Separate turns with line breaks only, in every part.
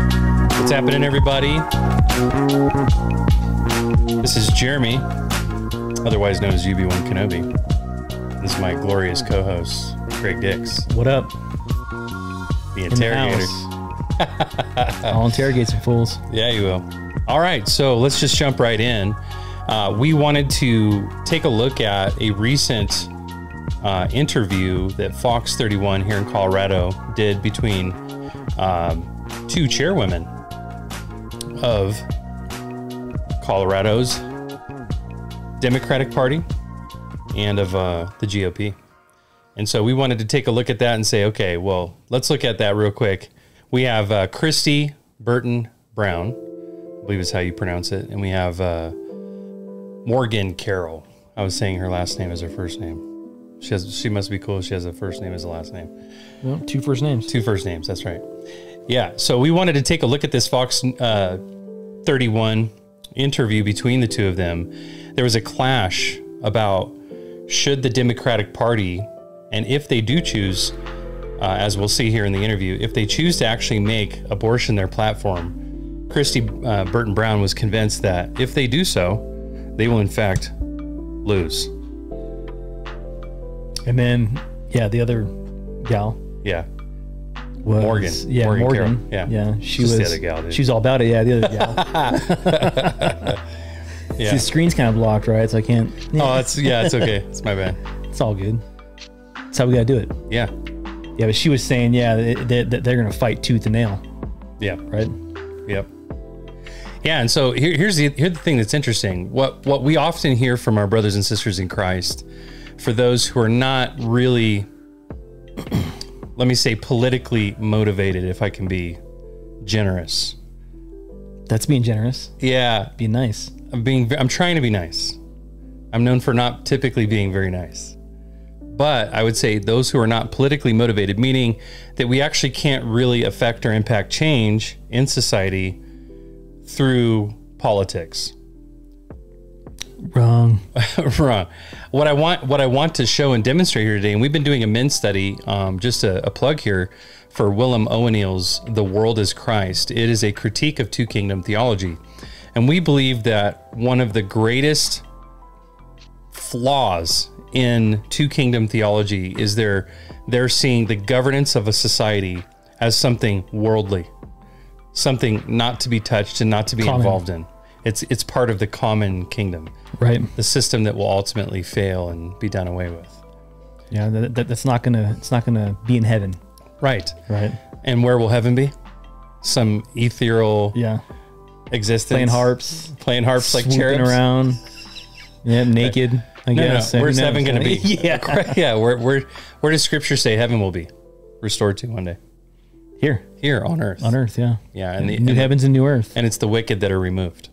What's happening, everybody? This is Jeremy, otherwise known as UB1 Kenobi. This is my glorious co host, Greg Dix,
What up?
the
In the
interrogator.
house. I'll interrogate some fools.
Yeah, you will. All right, so let's just jump right in. Uh, we wanted to take a look at a recent uh, interview that Fox 31 here in Colorado did between um, two chairwomen of Colorado's Democratic Party and of uh, the GOP. And so we wanted to take a look at that and say, okay, well, let's look at that real quick. We have uh, Christy Burton Brown, I believe is how you pronounce it. And we have uh, Morgan Carroll. I was saying her last name is her first name. She has, she must be cool. She has a first name as a last name.
Well, two first names.
Two first names. That's right. Yeah. So we wanted to take a look at this Fox uh, 31 interview between the two of them. There was a clash about should the Democratic Party, and if they do choose, uh, as we'll see here in the interview, if they choose to actually make abortion their platform, Christy uh, Burton Brown was convinced that if they do so, they will in fact lose.
And then, yeah, the other gal
Yeah.
was
Morgan.
Yeah,
Morgan
Morgan.
Carroll. Yeah.
yeah. She
Just
was.
the other gal, dude.
she was all about it. Yeah, the other gal.
Yeah.
The screen's kind of blocked, right? So I can't. Yeah,
oh, it's yeah, it's okay. It's my bad.
it's all good. That's how we gotta do it.
Yeah.
Yeah, but she was saying, yeah, that, that, that they're gonna fight tooth and nail,
Yeah.
right?
Yep. Yeah, and so here, here's the here's the thing that's interesting. What what we often hear from our brothers and sisters in Christ, for those who are not really, let me say, politically motivated, if I can be generous.
That's being generous.
Yeah,
Be nice.
I'm being I'm trying to be nice. I'm known for not typically being very nice. But I would say those who are not politically motivated, meaning that we actually can't really affect or impact change in society through politics.
Wrong.
wrong. What I want, what I want to show and demonstrate here today, and we've been doing a men's study. Um, just a, a plug here for Willem O'Neill's "The World Is Christ." It is a critique of two kingdom theology, and we believe that one of the greatest flaws in two kingdom theology is their they're seeing the governance of a society as something worldly, something not to be touched and not to be
Common.
involved in. It's it's part of the common kingdom
Right.
the system that will ultimately fail and be done away with.
Yeah. That, that, that's not gonna. It's not gonna be in heaven,
Right.
right?
And where will heaven be? Some ethereal
Yeah.
existence.
Playing harps.
Playing harps like
swooping
cherubs.
around. Yeah, naked. I
No,
guess.
no,
Who
where's
knows?
heaven going to be?
yeah,
yeah. Where, where, where does scripture say heaven will be restored to one day?
here
Here on earth.
on Earth. Yeah,
Yeah. And, the,
new
and,
heavens and new earth.
and it's the wicked that are removed.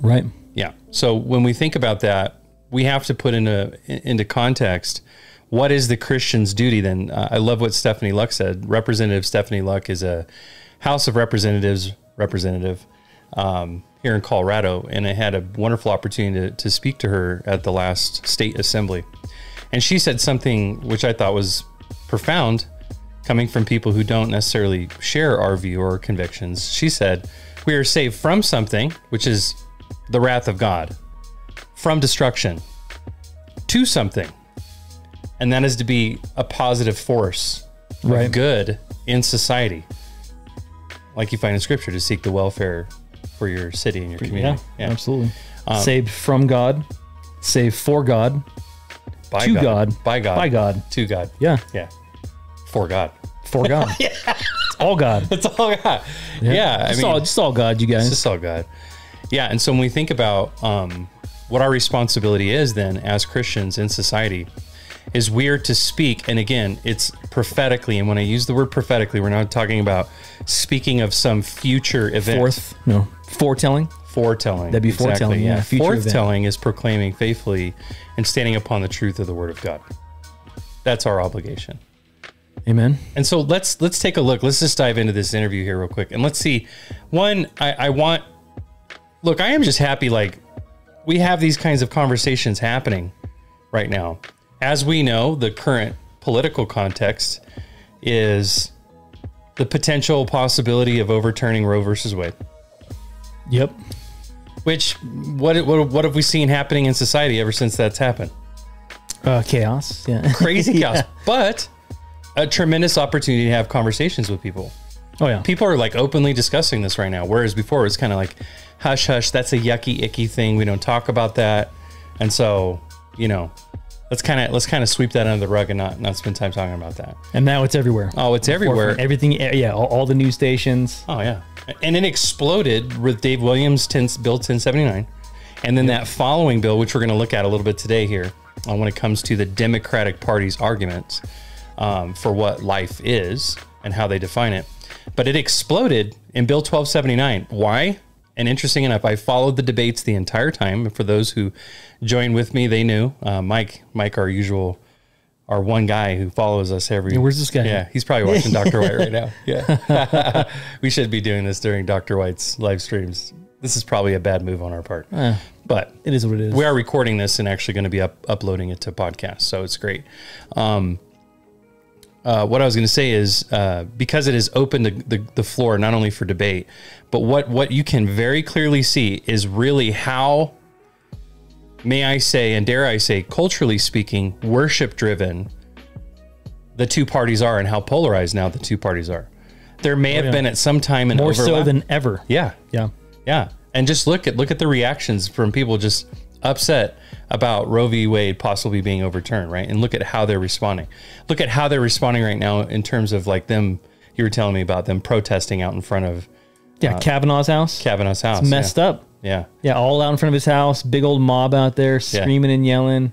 Right.
Yeah. So when we think about that, we have to put into into context what is the Christian's duty. Then uh, I love what Stephanie Luck said. Representative Stephanie Luck is a House of Representatives representative um, here in Colorado, and I had a wonderful opportunity to, to speak to her at the last state assembly, and she said something which I thought was profound. Coming from people who don't necessarily share our view or convictions, she said, We are saved from something, which is the wrath of God from destruction to something. And that is to be a positive force of
Right.
good in society. Like you find in scripture to seek the welfare for your city and your
Yeah,
community.
Absolutely.
Um,
saved from God. Saved for God.
By
To God.
By God.
By God.
To God.
Yeah.
Yeah. For God.
For God. yeah. It's all God.
That's all God. Yeah. I
It's
mean,
all just all God, you guys.
It's just all God. Yeah, and so when we think about um, what our responsibility is then as Christians in society, is we are to speak, and again, it's prophetically. And when I use the word prophetically, we're not talking about speaking of some future event,
Fourth. No. Foretelling.
foretelling.
That'd be foretelling, yeah, future event.
Foretelling is proclaiming faithfully and standing upon the truth of the Word of God. That's our obligation.
Amen.
And so let's let's take a look. Let's just dive into this interview here real quick, and let's see. One, I, I want. Look, I am just happy. Like we have these kinds of conversations happening right now. As we know, the current political context is the potential possibility of overturning Roe versus Wade.
Yep.
Which what what what have we seen happening in society ever since that's happened?
Uh, chaos. Yeah.
Crazy chaos, but a tremendous opportunity to have conversations with people.
Oh yeah.
People are like openly discussing this right now, whereas before it was kind of like, hush hush, that's a yucky icky thing. We don't talk about that, and so you know, let's kind of let's kind of sweep that under the rug and not not spend time talking about that.
And now it's everywhere.
Oh, it's everywhere.
Everything. Yeah. All, all the news stations.
Oh yeah, and it exploded with Dave Williams' 10, bill ten seventy nine, and then that following bill, which we're going to look at a little bit today here, uh, when it comes to the Democratic Party's arguments um, for what life is and how they define it. But it exploded in Bill twelve seventy nine. Why? And interesting enough, I followed the debates the entire time. For those who joined with me, they knew uh, Mike, Mike, our usual, our one guy who follows us every.
Yeah, where's this guy?
Yeah, he's probably watching Doctor White right now. Yeah, we should be doing this during Doctor White's live streams. This is probably a bad move on our part,
Eh,
but
it is what it is.
we are recording this and actually going to be up, uploading it to podcast, so it's great. Um, uh, what I was going to say is uh, because it has opened the, the, the floor not only for debate, but what what you can very clearly see is really how, may I say, and dare I say, culturally speaking, worship driven the two parties are, and how polarized now the two parties are. There may have
Oh, yeah.
been at some time an
more so
overlap.
than ever.
yeah,
Yeah.
yeah, and just look at look at the reactions from people just upset about Roe v. Wade possibly being overturned, right? And look at how they're responding. Look at how they're responding right now in terms of like them. You were telling me about them protesting out in front of
Yeah. Kavanaugh's house.
Kavanaugh's house.
messed up.
Uh, Yeah.
Yeah, all out in front of his house, big old mob out there screaming and yelling.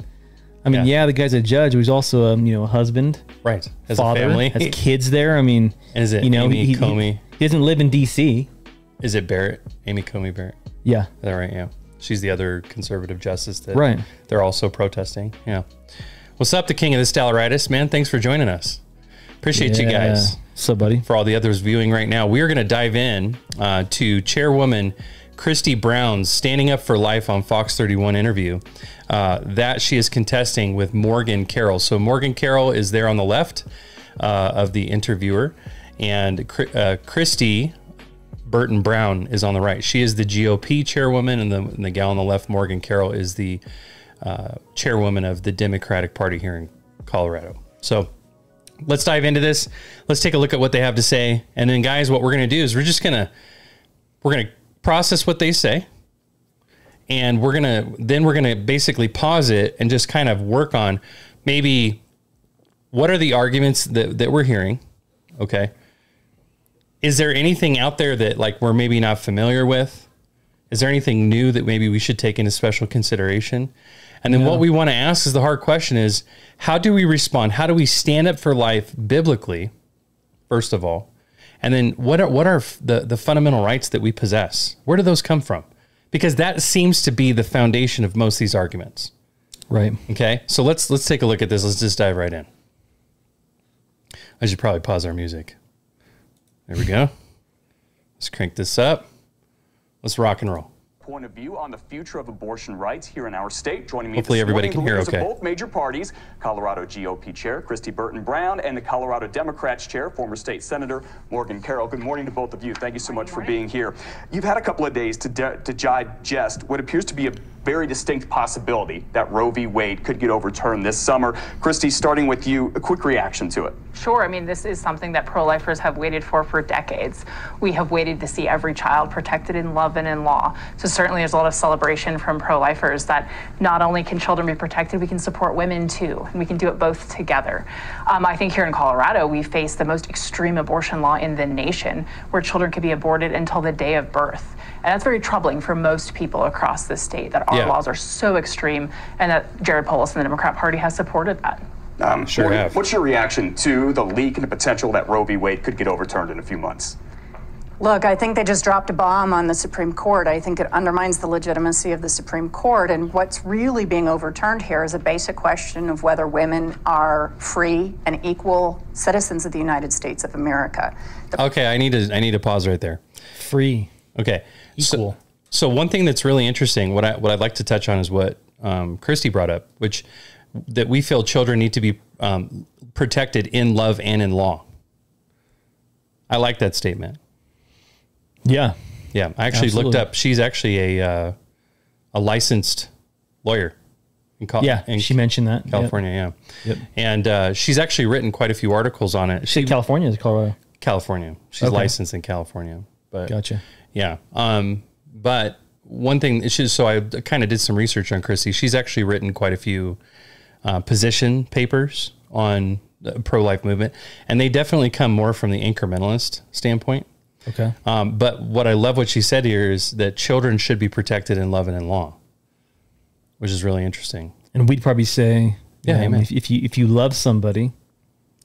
I mean,
Yeah.
yeah, the guy's a judge. but He's also a you know a husband,
right. As
father,
a family,
has kids there. I mean,
is it
you know,
Amy
he, he-
Comey?
he doesn't live in D.C.
is it Barrett? Amy Comey Barrett?
Yeah,
Is that right? Yeah. She's the other conservative justice that
Right.
they're also protesting. Yeah. What's up, the king of the Stellaritis, man? Thanks for joining us. Appreciate you guys.
Yeah. So, buddy,
for all the others viewing right now, we are going to dive in uh, to Chairwoman Christy Brown's Standing Up for Life on Fox 31 interview uh, that she is contesting with Morgan Carroll. So, Morgan Carroll is there on the left uh, of the interviewer, and Chri- uh, Christy Burton Brown is on the right. She is the GOP chairwoman, and the, and the gal on the left, Morgan Carroll, is the uh, chairwoman of the Democratic Party here in Colorado. So let's dive into this. Let's take a look at what they have to say, and then, guys, what we're going to do is we're just gonna we're gonna process what they say, and we're gonna then we're gonna basically pause it and just kind of work on maybe what are the arguments that that we're hearing, okay? Is there anything out there that like we're maybe not familiar with? Is there anything new that maybe we should take into special consideration? And then what we want to ask is the hard question is how do we respond? How do we stand up for life biblically, first of all? And then what are what are f- the, the fundamental rights that we possess? Where do those come from? Because that seems to be the foundation of most of these arguments.
right?
Okay, so let's let's take a look at this. Let's just dive right in. I should probably pause our music. There we go. Let's crank this up. Let's rock and roll.
point of view on the future of abortion rights here in our state. Joining me
Hopefully
this
everybody
morning,
can hear
the leaders of
okay.
both major parties, Colorado GOP Chair Christy Burton Brown and the Colorado Democrats Chair, former State Senator Morgan Carroll. Good morning to both of you. Thank you so much for being here. You've had a couple of days to, di- to digest what appears to be a very distinct possibility that Roe v. Wade could get overturned this summer. Christy, starting with you, a quick reaction to it.
Sure, I mean, this is something that pro lifers have waited for for decades. We have waited to see every child protected in love and in law. So, certainly, there's a lot of celebration from pro lifers that not only can children be protected, we can support women too, and we can do it both together. Um, I think here in Colorado, we face the most extreme abortion law in the nation, where children can be aborted until the day of birth. And that's very troubling for most people across the state that our
Yeah.
laws are so extreme and that Jared Polis and the Democrat Party has supported that.
Um,
Sure
Morgan,
have.
What's your reaction to the leak and the potential that Roe v. Wade could get overturned in a few months?
Look, I think they just dropped a bomb on the Supreme Court. I think it undermines the legitimacy of the Supreme Court. And what's really being overturned here is a basic question of whether women are free and equal citizens of the United States of America.
Okay, I need to I need to pause right there.
Free.
Okay, So-
Equal.
So, one thing that's really interesting, what I what I'd like to touch on is what um, Christy brought up, which that we feel children need to be um, protected in love and in law. I like that statement.
Yeah.
Yeah, I actually looked
Absolutely.
up. She's actually a uh, a licensed lawyer. In Cal-
Yeah.
Uh, in
she mentioned that. Yep.
California. Yeah,
Yep.
and uh, she's actually written quite a few articles on it.
She said California is Colorado.
California. She's
Okay.
licensed in California. But
Gotcha.
yeah. Um, but one thing, she, so I kind of did some research on Christy. She's actually written quite a few uh, position papers on the pro life movement, and they definitely come more from the incrementalist standpoint.
Okay.
Um, but what I love what she said here is that children should be protected in love and in law, which is really interesting.
And we'd probably say,
Yeah,
um,
amen.
if, if you if you love somebody,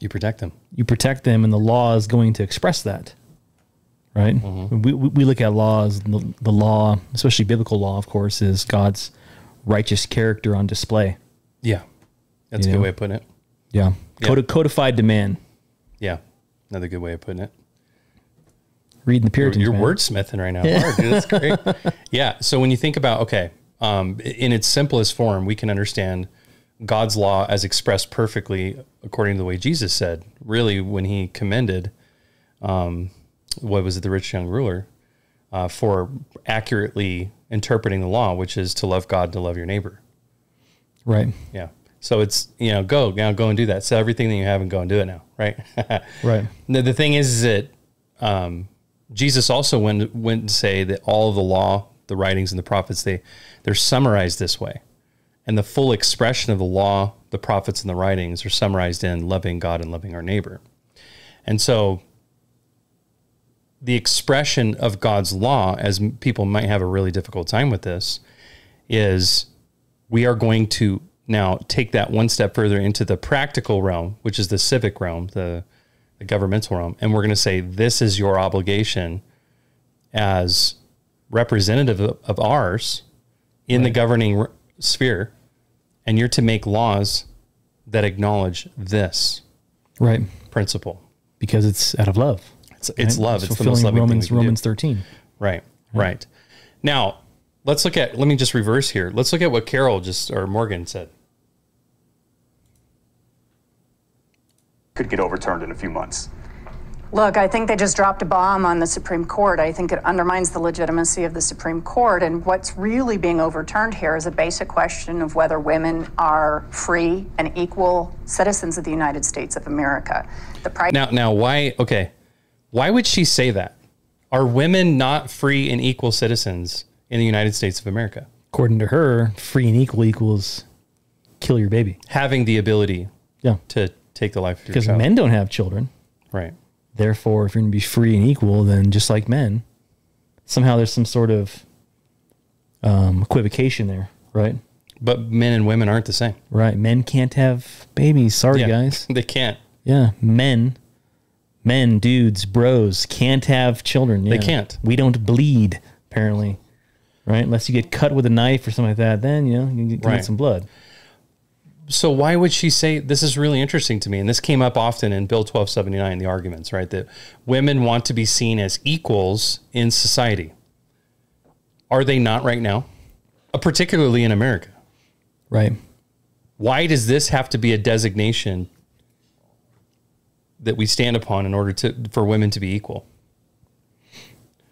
You protect them.
you protect them, and the law is going to express that, right?
Mm-hmm.
We, we we look at laws. The, the law, especially biblical law, of course, is God's righteous character on display.
Yeah. That's a
You
good
know?
way of putting it.
Yeah, Codi- codified to man.
Yeah. Another good way of putting it.
Reading the Puritans.
You're
man.
wordsmithing right now. Hard, dude. That's great. yeah. So when you think about, okay, um, in its simplest form, we can understand God's law as expressed perfectly according to the way Jesus said, really, when he commended, um, what was it, the rich young ruler, uh, for accurately interpreting the law, which is to love God, to love your neighbor.
Right.
Yeah. So it's, you know, go now, go and do that. Sell everything that you have and go and do it now. Right.
Right.
No, the thing is, is that um, Jesus also went went to say that all of the law, the writings, and the prophets they they're summarized this way, and the full expression of the law, the prophets, and the writings are summarized in loving God and loving our neighbor, and so the expression of God's law, as m- people might have a really difficult time with this, is we are going to now take that one step further into the practical realm, which is the civic realm, the, the governmental realm. And we're going to say, this is your obligation as representative of, of ours in the governing r- sphere. And you're to make laws that acknowledge this
Right.
principle.
Because it's out of love.
It's, it's
right?
love. It's the most
fulfilling
loving
Romans
thing we can do.
Romans thirteen.
Right, right. Now, let's look at, let me just reverse here. Let's look at what Carol just, or Morgan said.
Could get overturned in a few months.
Look, I think they just dropped a bomb on the Supreme Court. I think it undermines the legitimacy of the Supreme Court. And what's really being overturned here is a basic question of whether women are free and equal citizens of the United States of America. The price
Now, now, why? Okay, why would she say that? Are women not free and equal citizens in the United States of America,
According to her, free and equal equals kill your baby.
having the ability
Yeah.
to take the life of your
Because
child?
men don't have children.
right?
therefore if you're going to be free and equal then just like men somehow there's some sort of um, equivocation there right
But men and women aren't the same.
right men can't have babies sorry guys
they can't.
yeah men men dudes bros can't have children they
can't.
we don't bleed apparently right unless you get cut with a knife or something like that then you know you get, you
Right.
get some blood
So why would she say this is really interesting to me? And this came up often in Bill twelve seventy nine, the arguments, right? That women want to be seen as equals in society. Are they not right now? Uh, particularly in America.
right
why does this have to be a designation that we stand upon in order to for women to be equal?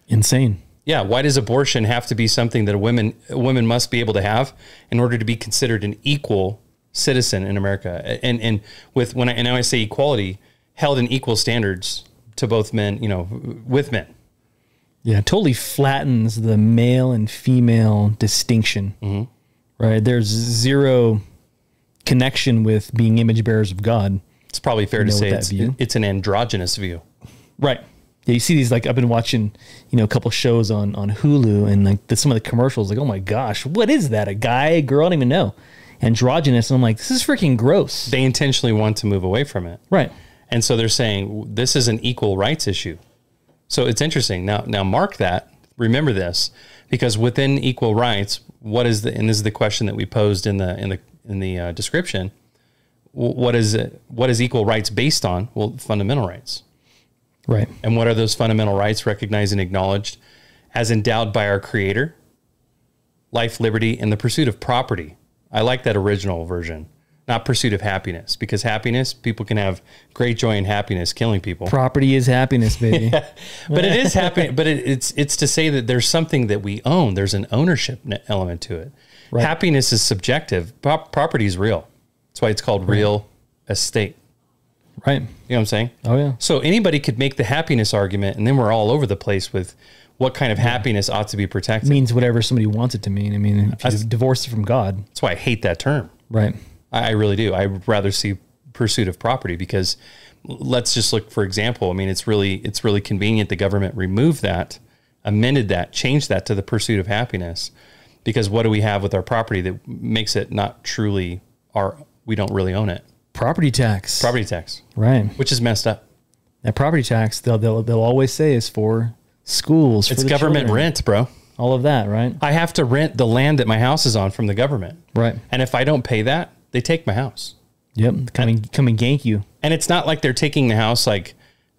insane
Yeah, why does abortion have to be something that a women a woman must be able to have in order to be considered an equal citizen in America? And and with when I and now I say equality held in equal standards to both men, you know, with men.
Yeah, it totally flattens the male and female distinction. Right? There's zero connection with being image bearers of God.
It's probably fair to
know,
say
with that
it's,
view.
it's an androgynous view.
Right. Yeah, you see these like I've been watching, you know, a couple shows on on Hulu and like the, some of the commercials like, "Oh my gosh, what is that? A guy, a girl, I don't even know." Androgynous, and I'm like, "This is freaking gross."
They intentionally want to move away from it.
Right.
And so they're saying this is an equal rights issue. So it's interesting. Now, now mark that. Remember this, because within equal rights, what is the? And this is the question that we posed in the in the in the uh, description. W- What is it? What is equal rights based on? Well, fundamental rights.
Right.
And what are those fundamental rights recognized and acknowledged as endowed by our Creator? Life, liberty, and the pursuit of property. I like that original version. not pursuit of happiness. Because happiness, people can have great joy and happiness killing people.
Property is happiness, baby.
But it is happening. But it, it's it's to say that there's something that we own. There's an ownership ne- element to it. Happiness is subjective. Prop- property is real. That's why it's called real estate.
Right.
You know what I'm saying?
Oh, yeah.
So anybody could make the happiness argument, and then we're all over the place with what kind of happiness ought to be protected.
Means whatever somebody wants it to mean. I mean, if you divorce it from God,
That's why I hate that term.
right?
I, I really do. I'd rather see pursuit of property because l- let's just look for example. I mean, it's really it's really convenient the government removed that, amended that, changed that to the pursuit of happiness. Because what do we have with our property that makes it not truly our? We don't really own it.
Property tax.
Property tax,
Right.
which is messed up.
That property tax, they'll, they'll, they'll always say is for schools.
It's government rent, bro.
All of that, right?
I have to rent the land that my house is on from the government.
Right.
And if I don't pay that, they take my house.
Yep. Come and, come and gank you.
and it's not like they're taking the house like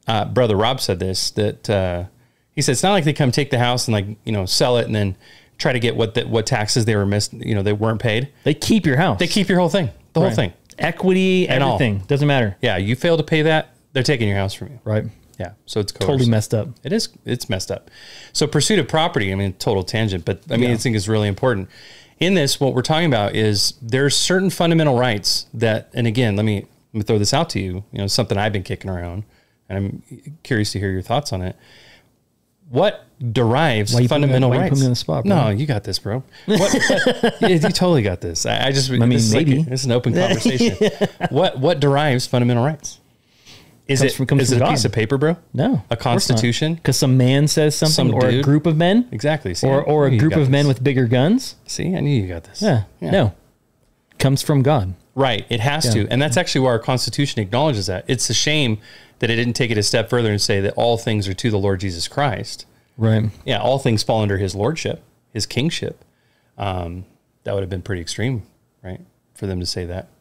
uh, brother rob said this that uh, he said it's not like they come take the house and like you know sell it and then try to get what the, what taxes they were missed you know they weren't paid
They keep your house.
they keep your whole thing the whole thing
Equity,
And all.
everything. Doesn't matter.
yeah you fail to pay that they're taking your house from you
Right.
yeah so it's coerced.
Totally messed up.
It is. It's messed up. So pursuit of property. I mean, total tangent, but I mean, I think is really important. In this, what we're talking about is there's certain fundamental rights that, and again, let me let me throw this out to you. You know, something I've been kicking around, and I'm curious to hear your thoughts on it. What derives
you putting me on-
fundamental
why you
rights?
putting me on the spot, bro?
No, you got this, bro. What, you, you totally got this. I, I just. I
mean, maybe.
it's an open conversation. What what derives fundamental rights? Is
Comes
it
from- comes
is
from
it a
God.
piece of paper, bro?
No.
a constitution.
Because some man says something
Some
or a
dude.
group of men
Exactly. See,
or,
I knew
or a
you
group
got
of men
this.
with bigger guns.
See, I knew you got this.
Yeah. No. Comes from God.
Right. It has
Yeah.
to. And that's actually where our Constitution acknowledges that. It's a shame that it didn't take it a step further and say that all things are to the Lord Jesus Christ.
Right.
Yeah, all things fall under his lordship, his kingship. Um, that would have been pretty extreme, right? For them to say that.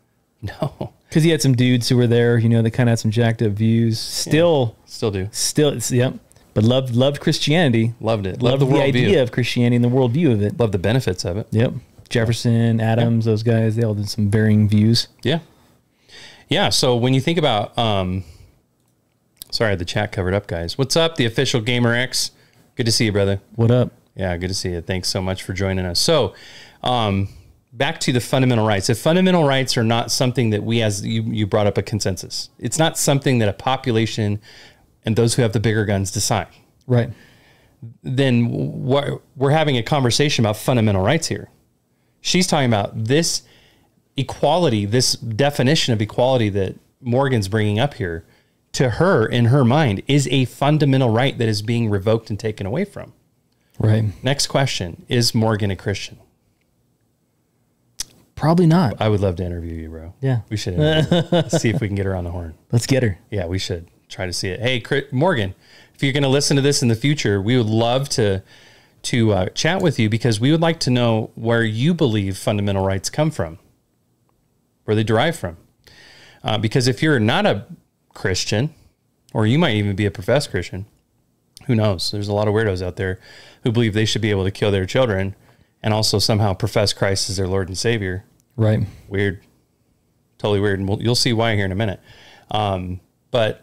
No,
Because he had some dudes who were there, you know, they kind of had some jacked up views. Still,
still do.
still, it's, yep. But loved loved Christianity.
Loved it. Loved
Loved,
the
the,
worldview.
idea of Christianity and the worldview of it.
Love the benefits of it.
Yep. Jefferson, Adams, those guys, they all did some varying views.
Yeah. Yeah. So when you think about, um, sorry, I had the chat covered up, guys. What's up, the official Gamer X? Good to see you, brother.
What up?
Yeah, good to see you. Thanks so much for joining us. So, um, back to the fundamental rights. If fundamental rights are not something that we, as you, you brought up, a consensus, it's not something that a population and those who have the bigger guns decide.
Right.
Then what we're having a conversation about fundamental rights here. She's talking about this equality, this definition of equality that Morgan's bringing up here. To her, in her mind, is a fundamental right that is being revoked and taken away from.
Right.
Next question Is Morgan a Christian?
Probably not.
I would love to interview you, bro.
Yeah.
We should interview her. Let's see if we can get her on the horn.
Let's get her.
Yeah, we should try to see it. Hey, Chris, Morgan, if you're going to listen to this in the future, we would love to to uh, chat with you because we would like to know where you believe fundamental rights come from, where they derive from. Uh, because if you're not a Christian, or you might even be a professed Christian, who knows? There's a lot of weirdos out there who believe they should be able to kill their children and also somehow profess Christ as their Lord and Savior
Right.
weird, totally weird, and we'll, you'll see why here in a minute. Um, but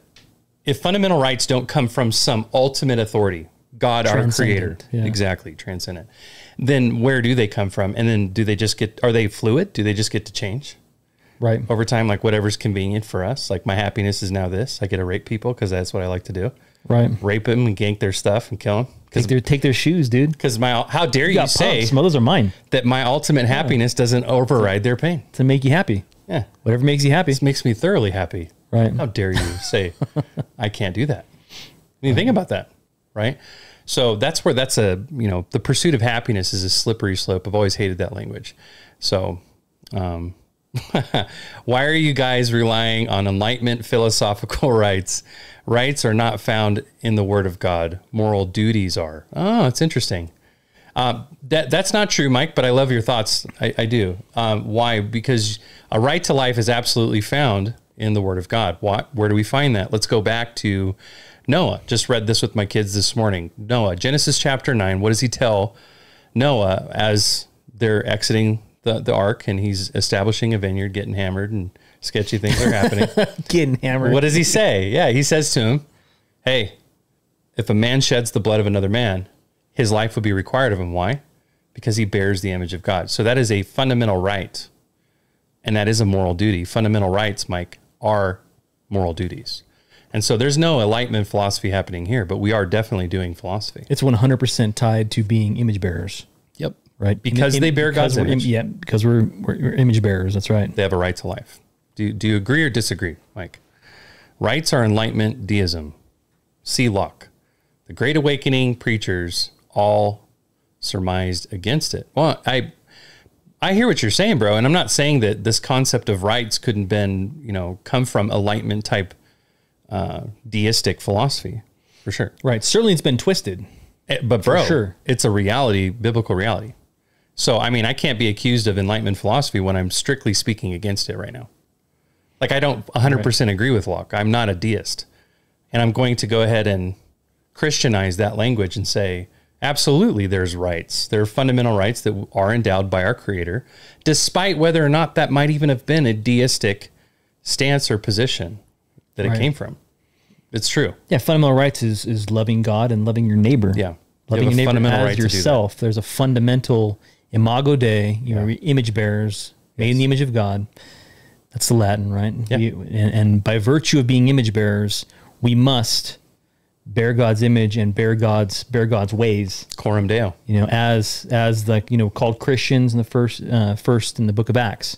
if fundamental rights don't come from some ultimate authority, God, our Creator,
Transcendent, yeah.
exactly transcendent, then where do they come from? And then do they just get? Are they fluid? Do they just get to change
Right.
over time, like whatever's convenient for us? Like my happiness is now this. I get to rape people because that's what I like to do:
Right.
rape them and gank their stuff and kill them.
Take their, take their shoes, dude.
Because my how dare you,
got
say
pumps. Well, those are mine
that my ultimate happiness doesn't override their pain?
to make you happy.
Yeah,
Whatever makes you happy.
this makes me thoroughly happy.
Right.
How dare you say I can't do that? I mean, think about that, right? So that's where that's a you know the pursuit of happiness is a slippery slope. I've always hated that language. So, um, why are you guys relying on enlightenment philosophical rights? Rights are not found in the Word of God. Moral duties are. Oh, it's interesting. That that's not true, Mike. But I love your thoughts. I, I do. Um, why? Because a right to life is absolutely found in the Word of God. Why, where do we find that? Let's go back to Noah. Just read this with my kids this morning. Noah, Genesis chapter nine. What does he tell Noah as they're exiting the, the ark and he's establishing a vineyard, getting hammered, and sketchy things are happening.
Getting hammered.
what does he say? Yeah, he says to him, Hey, if a man sheds the blood of another man, his life would be required of him. Why? Because he bears the image of God. So that is a fundamental right. And that is a moral duty. Fundamental rights, Mike, are moral duties. And so there's no enlightenment philosophy happening here, but we are definitely doing philosophy.
It's 100% tied to being image bearers,
Yep.
right?
Because they bear God's
because we're im-
image.
yeah, because we're, we're, we're image bearers. That's right.
They have a right to life. Do, do you agree or disagree, Mike? Rights are enlightenment deism. See Locke. The Great Awakening preachers all surmised against it. Well, I I hear what you're saying, bro, and I'm not saying that this concept of rights couldn't been, you know, come from enlightenment type uh, deistic philosophy, for sure.
Right. Certainly it's been twisted.
Eh, But bro,
sure.
it's a reality, biblical reality. So I mean, I can't be accused of enlightenment philosophy when I'm strictly speaking against it right now. Like I don't 100% agree with Locke. I'm not a deist. And I'm going to go ahead and Christianize that language and say, absolutely there's rights. There are fundamental rights that are endowed by our creator, despite whether or not that might even have been a deistic stance or position that it
Right.
came from. It's true.
Yeah, fundamental rights is is loving God and loving your neighbor.
Yeah. You have a
loving your neighbor
fundamental
as
right to do that.
yourself. There's a fundamental imago Dei. You know, image bearers made in the image of God. That's the Latin, right?
Yeah.
We- and, and by virtue of being image bearers, we must bear God's image and bear God's bear God's ways.
Coram Deo.
You know, as as like you know called Christians in the first uh, first in the Book of Acts,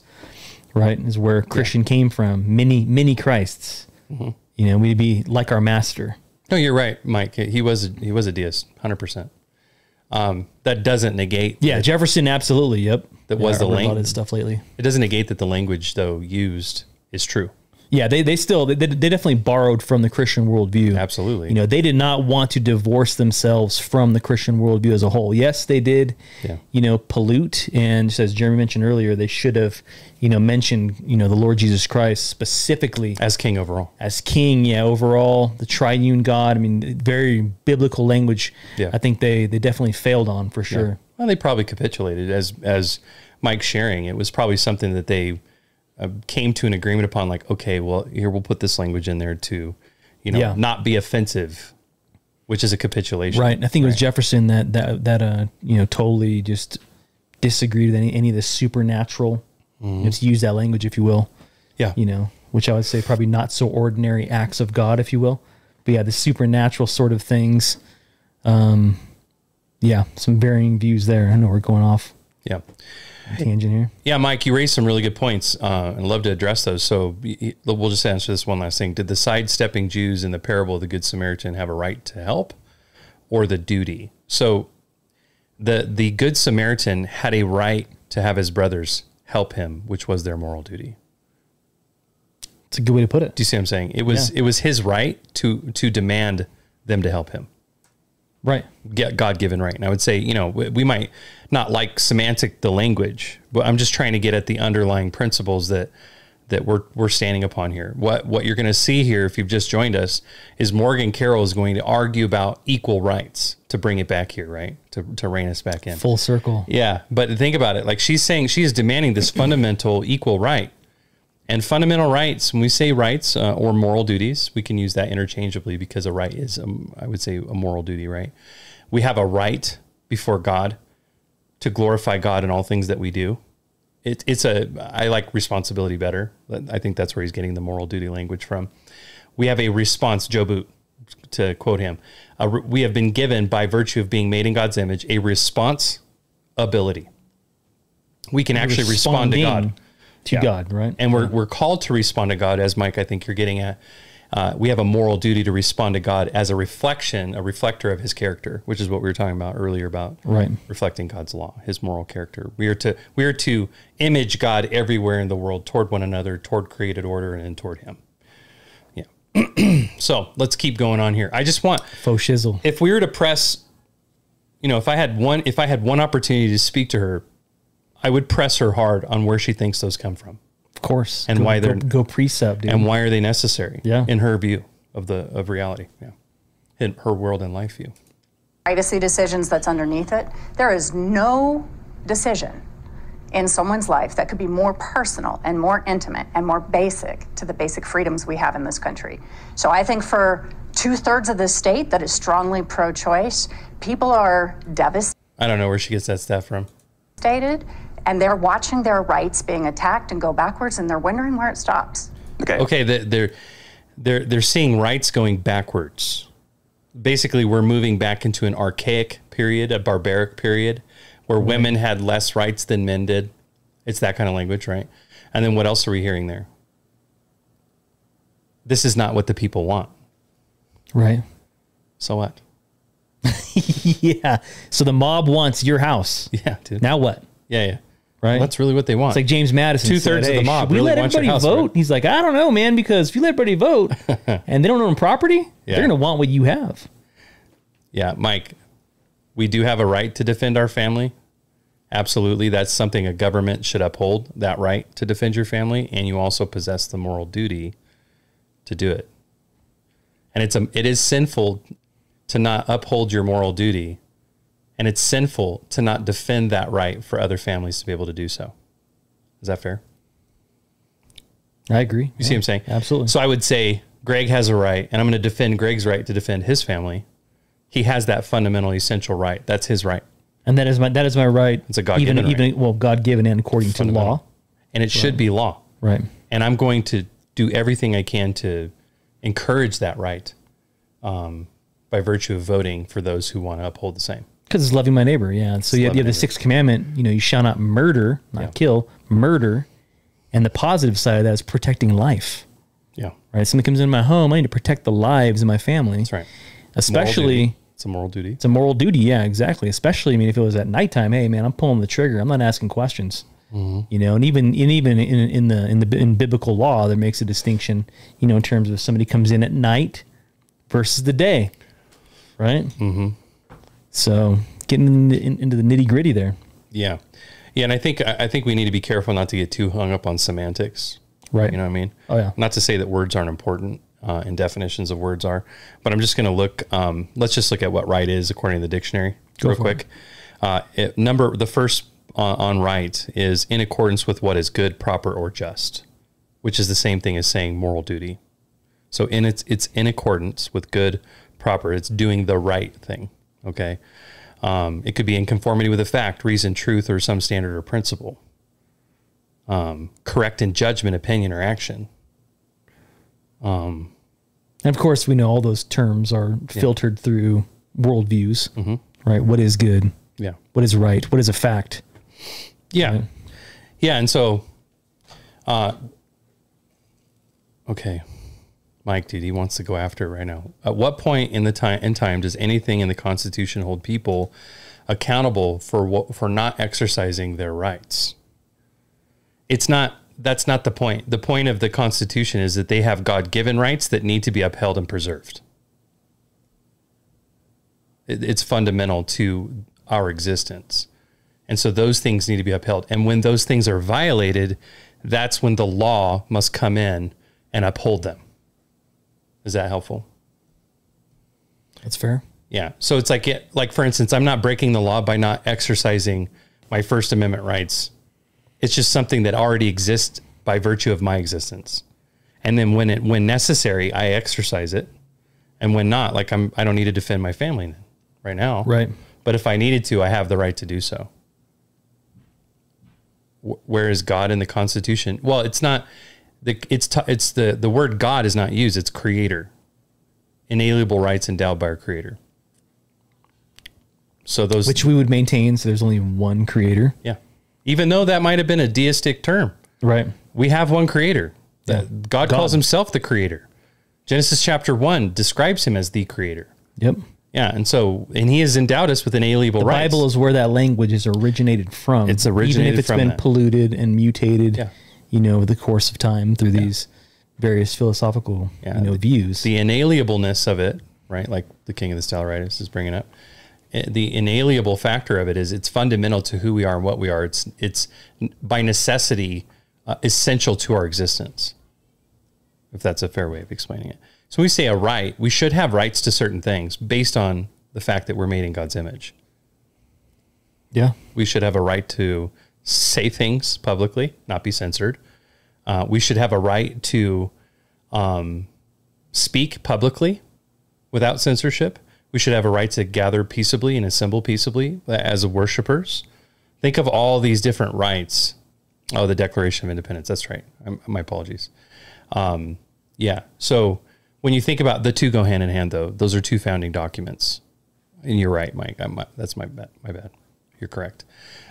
right? Is where Christian came from. Many many Christs.
Mm-hmm.
You know, we'd be like our master.
No, you're right, Mike. He was he was a deist, hundred percent. Um, that doesn't negate.
Yeah, Jefferson, absolutely. Yep.
That was the
Yeah, I've read A
link.
lot of his stuff lately.
it doesn't negate that the language though used is true.
Yeah, they, they still they, they definitely borrowed from the Christian worldview.
Absolutely.
You know, they did not want to divorce themselves from the Christian worldview as a whole. Yes, they did.
Yeah.
You know, pollute and just as Jeremy mentioned earlier, they should have you know mentioned you know the Lord Jesus Christ specifically
As king overall,
as King. Yeah, overall the triune God. I mean, very biblical language.
Yeah.
I think they they definitely failed on for sure.
well, they probably capitulated as as Mike sharing. It was probably something that they uh, came to an agreement upon. Like, okay, well, here we'll put this language in there to, you know,
Yeah.
not be offensive, which is a capitulation.
Right. I think it was Jefferson that that that uh you know totally just disagreed with any any of the supernatural.
Mm-hmm.
Just use that language, if you will.
Yeah.
You know, which I would say probably not so ordinary acts of God, if you will. But yeah, the supernatural sort of things. Um, yeah, some varying views there. I know we're going off
Yeah.
tangent here.
Yeah, Mike, you raised some really good points, uh, and love to address those. So y- y- we'll just answer this one last thing: Did the sidestepping Jews in the parable of the Good Samaritan have a right to help, or the duty? So the the Good Samaritan had a right to have his brothers help him, which was their moral duty.
It's a good way to put it.
Do you see what I'm saying? It was it was his right to to demand them to help him.
Right.
God given right. And I would say, you know, we, we might not like semantic the language, but I'm just trying to get at the underlying principles that that we're we're standing upon here. What what you're going to see here, if you've just joined us, is Morgan Carroll is going to argue about equal rights to bring it back here, right? To to rein us back in.
Full circle.
Yeah, but think about it. Like she's saying, she is demanding this fundamental equal right. And fundamental rights, when we say rights uh, or moral duties, we can use that interchangeably because a right is, um, I would say, a moral duty, right? We have a right before God to glorify God in all things that we do. It, it's a, I like responsibility better. But I think that's where he's getting the moral duty language from. We have a response, Joe Boot, to quote him. A re- we have been given, by virtue of being made in God's image, a response ability. We can actually respond to
Responding
God
To God, right?
and we're, we're called to respond to God, as Mike, I think you're getting at. Uh, we have a moral duty to respond to God as a reflection, a reflector of His character, which is what we were talking about earlier about
Right.
reflecting God's law, His moral character. We are to we are to image God everywhere in the world, toward one another, toward created order, and toward Him. Yeah. so let's keep going on here. I just want
faux shizzle.
if we were to press, you know, if I had one, if I had one opportunity to speak to her, I would press her hard on where she thinks those come from
Of course.
and
Go-
why
go,
they're-
go precept, dude.
and why are they necessary?
Yeah.
in her view of the of reality, yeah, in her world and life view.
privacy decisions that's underneath it. There is no decision in someone's life that could be more personal and more intimate and more basic to the basic freedoms we have in this country. So I think for two thirds of the state that is strongly pro choice, people are devastated
I don't know where she gets that stuff from.
and they're watching their rights being attacked and go backwards and they're wondering where it stops.
Okay.
Okay, the- they're they're they're seeing rights going backwards. Basically, we're moving back into an archaic period, a barbaric period, where women had less rights than men did. It's that kind of language, right? And then what else are we hearing there? This is not what the people want.
Right.
So what?
yeah. So the mob wants your house.
Yeah, dude.
Now what?
yeah, yeah.
Right.
That's really what they want.
It's like James Madison.
Two-thirds
said,
of the
"Hey,
mob
should we
really
let
want your
everybody
house,
vote.
right?"
He's like, I don't know, man, because if you let everybody vote and they don't own property,
Yeah.
they're gonna want what you have.
Yeah, Mike, we do have a right to defend our family. Absolutely. That's something a government should uphold that right to defend your family. And you also possess the moral duty to do it. And it's a, it is sinful to not uphold your moral duty. And it's sinful to not defend that right for other families to be able to do so. Is that fair?
I agree.
You see what I'm saying?
Absolutely.
So I would say Greg has a right, and I'm going to defend Greg's right to defend his family. He has that fundamental, essential right. That's his right.
And that is my that is my right.
It's a God-given
even, even well, God given and according to
Fundamental.
law.
and it should be law.
Right.
And I'm going to do everything I can to encourage that right um, by virtue of voting for those who want to uphold the same.
Because it's loving my neighbor, yeah. So you have,
loving
you have the
neighbor.
sixth commandment, you know, you shall not murder, not kill, murder. And the positive side of that is protecting life.
Yeah,
Right. Somebody comes into my home, I need to protect the lives of my family.
that's right. Moral
Especially
duty. it's a moral duty.
it's a moral duty. Yeah, exactly. Especially, I mean, if it was at nighttime, hey, man, I'm pulling the trigger. I'm not asking questions. You know, and even and even in, in the in the in biblical law, there makes a distinction. You know, in terms of somebody comes in at night versus the day, right? Mm-hmm. So getting in, in, into the nitty gritty there,
Yeah, yeah. And I think I I think we need to be careful not to get too hung up on semantics.
right?
You know what I mean?
Oh, yeah.
Not to say that words aren't important uh, and definitions of words are, but I'm just going to look. Um, let's just look at what right is according to the dictionary, real
for
quick. Uh, it, number the first on, on right is in accordance with what is good, proper, or just, which is the same thing as saying moral duty. So in its it's in accordance with good, proper. It's doing the right thing. Okay. Um, it could be in conformity with a fact, reason, truth, or some standard or principle correct in judgment, opinion, or action.
And of course, we know all those terms are filtered through worldviews, right? What is good?
Yeah.
What is right? What is a fact?
Yeah. Yeah. And so, uh, okay. Mike, dude, he wants to go after it right now. At what point in the time in time does anything in the Constitution hold people accountable for what for not exercising their rights? It's not that's not the point. The point of the Constitution is that they have God given rights that need to be upheld and preserved. It- it's fundamental to our existence. And so those things need to be upheld. And when those things are violated, that's when the law must come in and uphold them. Is that helpful?
That's fair.
Yeah. So it's like it, like for instance, I'm not breaking the law by not exercising my First Amendment rights. It's just something that already exists by virtue of my existence. And then when it when necessary, I exercise it. And when not, like I'm I don't need to defend my family right now.
Right.
But if I needed to, I have the right to do so. Wh- Where is God in the Constitution? Well, it's not. The, it's t- it's the the word God is not used. It's Creator, inalienable rights endowed by our Creator. So those
Which we would maintain. So there's only one creator,
yeah, even though that might have been a deistic term,
right?
we have one Creator.
Yeah.
That- God calls Himself the Creator. Genesis chapter one describes Him as the Creator.
Yep.
Yeah, and so and He has endowed us with inalienable
The
rights.
Bible is where that language is originated from.
It's originated
even if it's
from
been
that.
polluted and mutated,
Yeah.
you know, over the course of time through these various philosophical
Yeah.
you know views.
the inalienableness of it, right? Like the King of the Stellaritis is bringing up. eh, The inalienable factor of it is it's fundamental to who we are and what we are. It's it's n- by necessity uh, essential to our existence. If that's a fair way of explaining it. So when we say a right, we should have rights to certain things based on the fact that we're made in God's image.
yeah.
We should have a right to say things publicly, not be censored. Uh, we should have a right to um, speak publicly without censorship. We should have a right to gather peaceably and assemble peaceably as worshipers. Think of all these different rights. Oh, the Declaration of Independence. That's right. Um, my apologies. Um, yeah. So when you think about the two go hand in hand, though, those are two founding documents. And you're right, Mike. I'm, that's my bad. My bad. You're correct.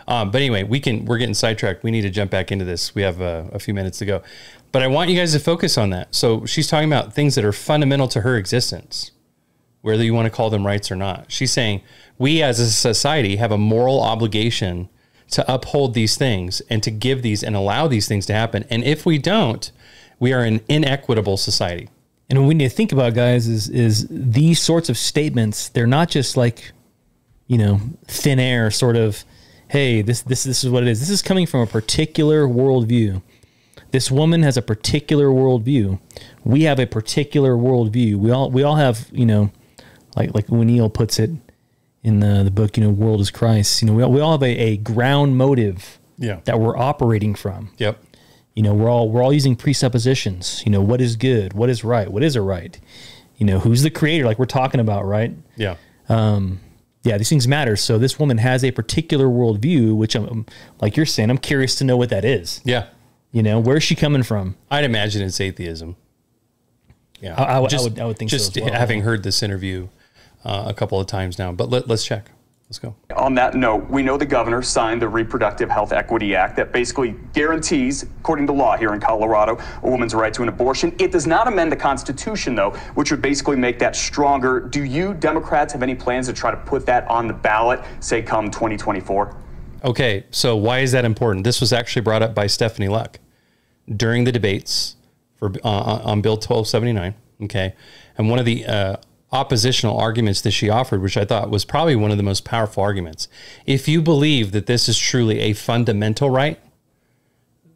Um, but anyway, we can we're getting sidetracked. We need to jump back into this. We have uh, a few minutes to go, but I want you guys to focus on that. So she's talking about things that are fundamental to her existence, whether you want to call them rights or not. She's saying we as a society have a moral obligation to uphold these things and to give these and allow these things to happen. And if we don't, we are an inequitable society.
And what we need to think about, guys, is is these sorts of statements. They're not just like, you know, thin air sort of. Hey, this this this is what it is. This is coming from a particular worldview. This woman has a particular worldview. We have a particular worldview. We all we all have you know, like like O'Neill puts it in the the book. You know, world is Christ. You know, we all, we all have a, a ground motive
Yeah.
that we're operating from
Yep.
you know we're all we're all using presuppositions you know what is good what is right what is a right you know who's the creator like we're talking about right
Yeah.
yeah these things matter so this woman has a particular worldview which i'm I'm- like you're saying i'm curious to know what that is
Yeah.
you know where's she coming from
I'd imagine it's atheism. Yeah,
I- I would- I would- I would think so
Just
as well.
having heard this interview uh, a couple of times now, but let, let's check. Let's go.
On that note, we know the governor signed the Reproductive Health Equity Act that basically guarantees, according to law here in Colorado, a woman's right to an abortion. It does not amend the Constitution, though, which would basically make that stronger. Do you Democrats have any plans to try to put that on the ballot, say, come 2024?
Okay, so why is that important? This was actually brought up by Stephanie Luck during the debates for uh, on Bill 1279. Okay, and one of the uh, oppositional arguments that she offered, which I thought was probably one of the most powerful arguments, if you believe that this is truly a fundamental right,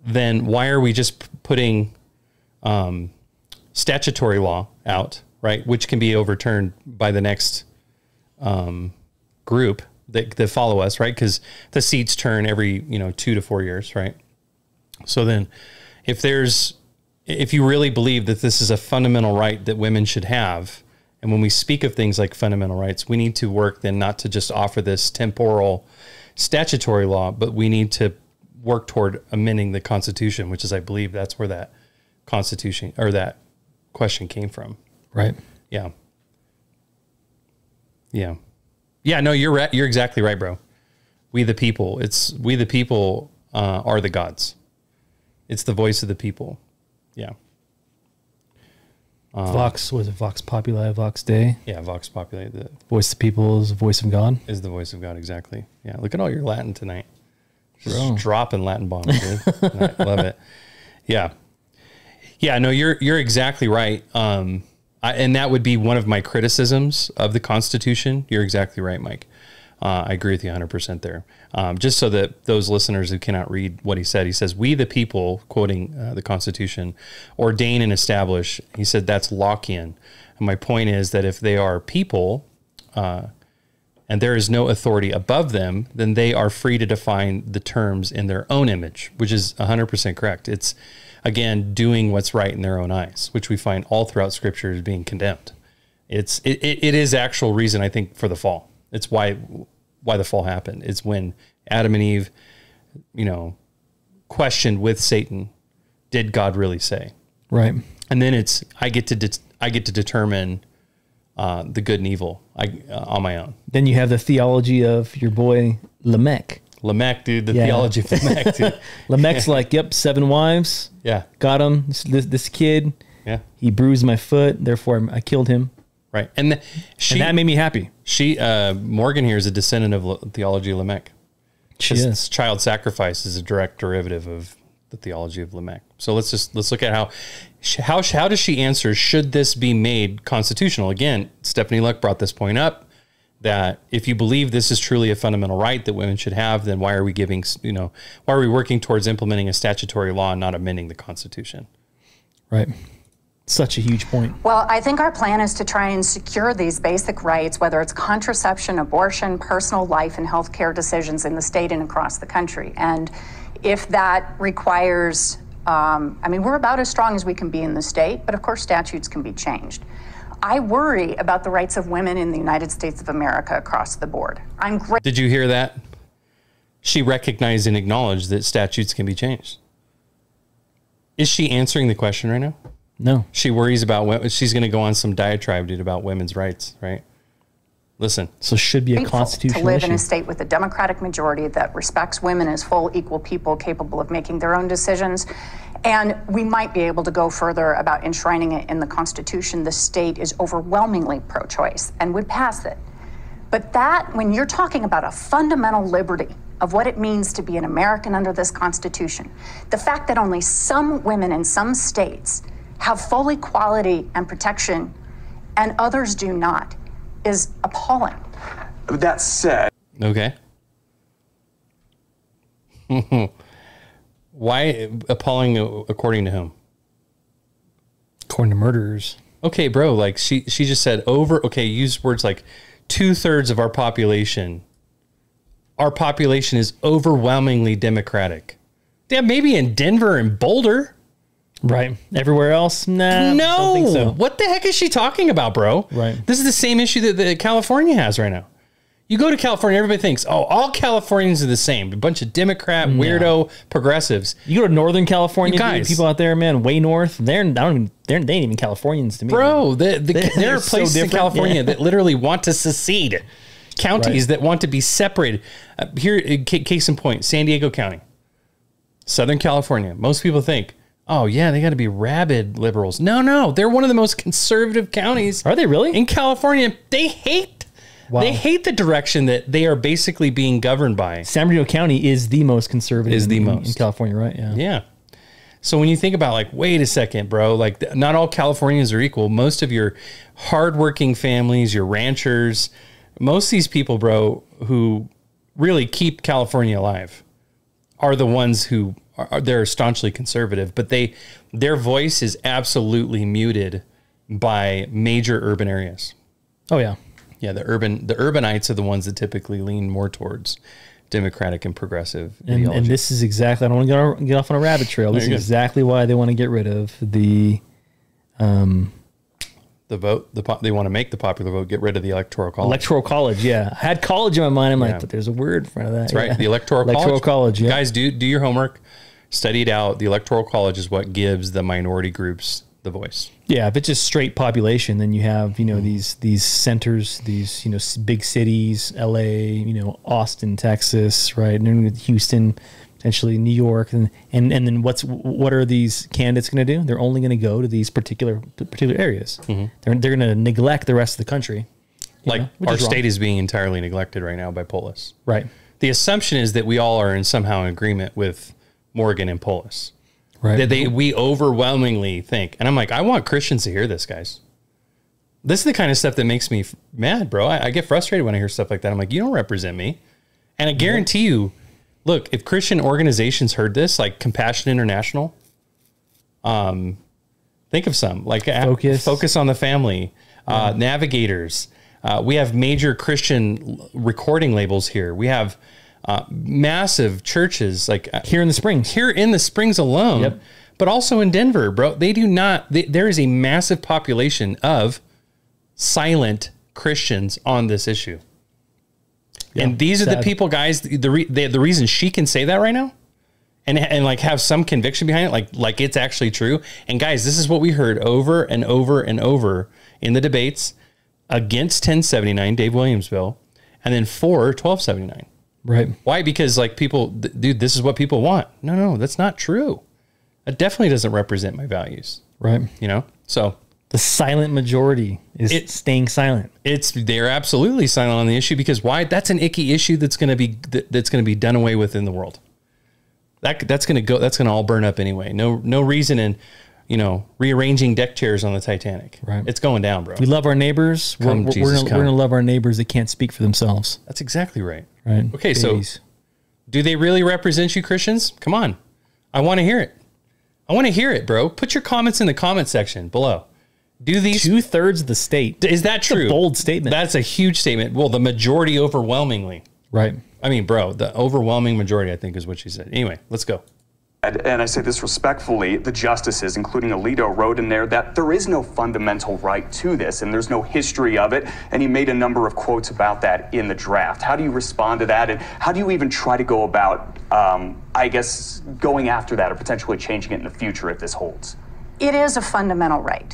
then why are we just p- putting um, statutory law out, right, which can be overturned by the next group that, that follow us, right? Because the seats turn every you know two to four years, right? So then, if there's if you really believe that this is a fundamental right that women should have, and when we speak of things like fundamental rights, we need to work then not to just offer this temporal statutory law, but we need to work toward amending the Constitution, which is, I believe, that's where that Constitution or that question came from.
right
Yeah. Yeah. Yeah, no, you're right. You're exactly right, bro. We the people. It's we the people uh, are the gods. It's the voice of the people. Yeah.
Uh, vox was it vox populi vox dei
Yeah, vox populi the,
voice of the people is the voice of god
is the voice of God exactly. Yeah, look at all your Latin tonight. Just
Bro.
dropping Latin bombs. Dude. I love it. Yeah. Yeah, no, you're you're exactly right. Um, I, and that would be one of my criticisms of the Constitution. You're exactly right, Mike. Uh, I agree with you 100% there. Um, just so that those listeners who cannot read what he said, he says, We the people, quoting uh, the Constitution, ordain and establish. He said that's Lockean. And my point is that if they are people, and there is no authority above them, then they are free to define the terms in their own image, which is 100% correct. It's, again, doing what's right in their own eyes, which we find all throughout scripture is being condemned. It's, it, it, it is actual reason, I think, for the fall. It's why, why the fall happened. It's when Adam and Eve, you know, questioned with Satan, did God really say?
right
and then it's I get to det I get to determine uh, the good and evil I, uh, on my own.
then you have the theology of your boy lamech
Lamech, dude, the
Yeah.
theology of Lamech, dude.
lamech's like yep seven wives
Yeah,
got him this, this, this kid
yeah,
he bruised my foot therefore i killed him
right. And th- she,
and that made me happy
she, uh, Morgan here is a descendant of L- theology of Lamech.
She
This
is.
child sacrifice is a direct derivative of the theology of Lamech. So let's just let's look at how sh- how sh- how does she answer? Should this be made constitutional? Again, Stephanie Luck brought this point up that if you believe this is truly a fundamental right that women should have, then why are we giving s- you know why are we working towards implementing a statutory law and not amending the Constitution?
Right. Such a huge point.
Well, I think our plan is to try and secure these basic rights, whether it's contraception, abortion, personal life, and health care decisions in the state and across the country. And if that requires, um, I mean, we're about as strong as we can be in the state, but of course, statutes can be changed. I worry about the rights of women in the United States of America across the board. I'm great.
Did you hear that? She recognized and acknowledged that statutes can be changed. Is she answering the question right now?
No.
She worries about women. She's going to go on some diatribe, dude, about women's rights, right? Listen,
So it should be a
grateful to
constitutional
live in
issue.
a state with a democratic majority that respects women as full, equal people capable of making their own decisions. And we might be able to go further about enshrining it in the Constitution. The state is overwhelmingly pro choice and would pass it. But that, when you're talking about a fundamental liberty of what it means to be an American under this Constitution, the fact that only some women in some states have full equality and protection and others do not is appalling.
That said,
okay. Why appalling uh, according to whom?
According to murderers.
okay, bro, like she she just said over okay, use words like two thirds of our population. Our population is overwhelmingly democratic. Yeah, maybe in Denver and Boulder.
Right. Everywhere else? Nah.
No,
Don't think so.
what the heck is she talking about, bro?
Right.
This is the same issue that, that California has right now. You go to California, everybody thinks, oh, all Californians are the same. A bunch of Democrat, weirdo, progressives.
You go to Northern California,
You
dude,
guys-
people out there, man, way north. They're I don't even, they're they ain't even Californians to me,
bro. The, the, there are
they're so
places in
different.
California
Yeah.
that literally want to secede, counties that want to be separated. Uh, here, uh, ca- case in point, San Diego County, Southern California. Most people think, oh yeah, they got to be rabid liberals. No, no, they're one of the most conservative counties
Are they really?
in California. They hate. They hate the direction that they are basically being governed by.
San Bernardino County is the most conservative.
Is the
in, in- in
most.
California, right? Yeah.
Yeah. So when you think about like, wait a second, bro, like th- not all Californians are equal. Most of your hardworking families, your ranchers, most of these people, bro, who really keep California alive are the ones who are, are they're staunchly conservative, but they their voice is absolutely muted by major urban areas.
Oh yeah.
Yeah, the urban the urbanites are the ones that typically lean more towards democratic and progressive
And, and
ideology.
this is exactly. I don't want to get, on- get off on a rabbit trail. This is
you go.
exactly why they want to get rid of the.
the vote the po- they want to make the popular vote get rid of the electoral college
Electoral college, yeah. I had college in my mind. I'm
Yeah.
like, but there's a word in front of that. That's
right the electoral,
electoral college. yeah.
guys do do your homework study it out the electoral college is what gives the minority groups the voice
Yeah, if it's just straight population, then you have you
Mm-hmm.
know these these centers, these you know s- big cities, L.A., you know Austin, Texas, right, and then Houston, potentially New York, and and and then what's what are these candidates going to do? They're only going to go to these particular particular areas.
Mm-hmm.
They're they're going to neglect the rest of the country,
like
know, which
our
is wrong.
state is being entirely neglected right now by polis
right?
the assumption is that we all are in somehow in agreement with morgan and polis
Right.
that they we overwhelmingly think and i'm like i want christians to hear this guys this is the kind of stuff that makes me f- mad bro I, I get frustrated when i hear stuff like that i'm like you don't represent me and i guarantee you look if christian organizations heard this like compassion international um think of some like a-
Focus.
focus on the family uh navigators uh, we have major christian l- recording labels here we have uh, massive churches like uh,
here in the Springs.
here in the Springs alone,
Yep.
but also in Denver, bro. They do not. They, there is a massive population of silent Christians on this issue, and these are the
sad.
people, guys. The re, they, the reason she can say that right now, and and like have some conviction behind it, like like it's actually true. And guys, this is what we heard over and over and over in the debates against 1079 Dave Williams bill, and then for 1279.
right?
Why? Because like people, th- dude, this is what people want. No, no, that's not true. It definitely doesn't represent my values.
Right.
You know, so
The silent majority is
It-
staying silent.
it's they're absolutely silent on the issue because why? That's an icky issue that's going to be that, that's going to be done away with in the world. That c- that's going to go. That's going to all burn up anyway. No no reason in you know rearranging deck chairs on the Titanic.
Right.
It's going down, bro.
We love our neighbors. We're-
Come,
we're,
Jesus,
we're, gonna,
come.
we're gonna love our neighbors that can't speak for themselves.
That's exactly right.
Right.
Okay, so- Do they really represent you, Christians? Come on. I want to hear it. I want to hear it, bro. Put your comments in the comment section below. Do these
Two thirds of the state.
is that
a
true?
bold statement.
That's a huge statement. Well, the majority overwhelmingly.
Right.
I mean, bro, the overwhelming majority, I think, is what she said. Anyway, let's go.
said, and I say this respectfully, the justices, including Alito, wrote in there that there is no fundamental right to this and there's no history of it. And he made a number of quotes about that in the draft. How do you respond to that? And how do you even try to go about, um, I guess, going after that or potentially changing it in the future if this holds?
It is a fundamental right.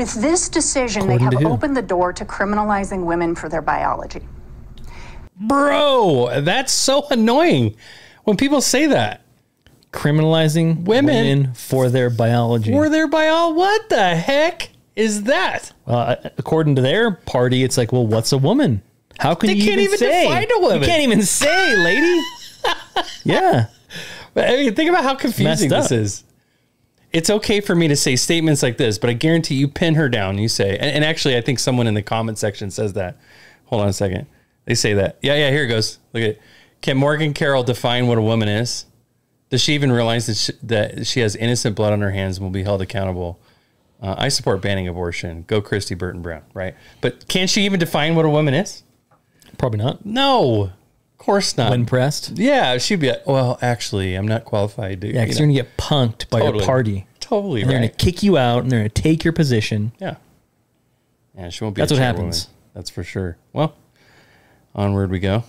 With this decision, they
According to
have
who?
opened the door to criminalizing women for their biology.
Bro, that's so annoying when people say that.
Criminalizing women,
Women.
for their biology.
Were there by all what the heck is that?
uh, according to their party, it's like, well, what's a woman? How can
They
you
can't even
say?
define a woman.
You can't even say, lady. yeah.
But, I mean, think about how confusing
Messed
this
up.
is. It's okay for me to say statements like this, but I guarantee you pin her down. and You say, and, and actually, I think someone in the comment section says that. Hold on a second. They say that. Yeah, yeah. Here it goes. Look at. It. Can Morgan Carroll define what a woman is? Does she even realize that she, that she has innocent blood on her hands and will be held accountable? Uh, I support banning abortion. Go Christy Burton Brown. Right, but can she even define what a woman is?
Probably not.
No, of course not.
When pressed.
Yeah, she'd be like, well, actually, I'm not qualified to. you
Yeah, because
know."
you're going to get punked by
Totally.
your party.
Totally
And they're going
right.
to kick you out and they're going to take your position.
yeah. Yeah, she won't be.
That's
a
what
chairwoman.
happens.
That's for sure. Well, onward we go.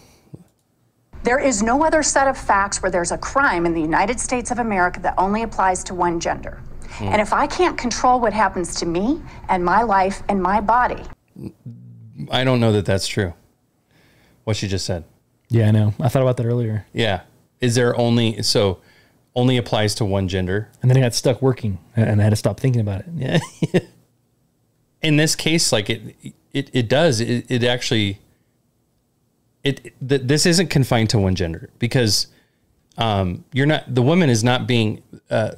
There is no other set of facts where there's a crime in the United States of America that only applies to one gender.
Hmm.
And if I can't control what happens to me and my life and my body,
I don't know that that's true. What she just said.
Yeah, I know. I thought about that earlier.
Yeah. Is there only so only applies to one gender?
And then I got stuck working and I had to stop thinking about it. Yeah.
In this case, like it, it, it does. It, it actually. It th- this isn't confined to one gender because, um, you're not the woman is not being uh,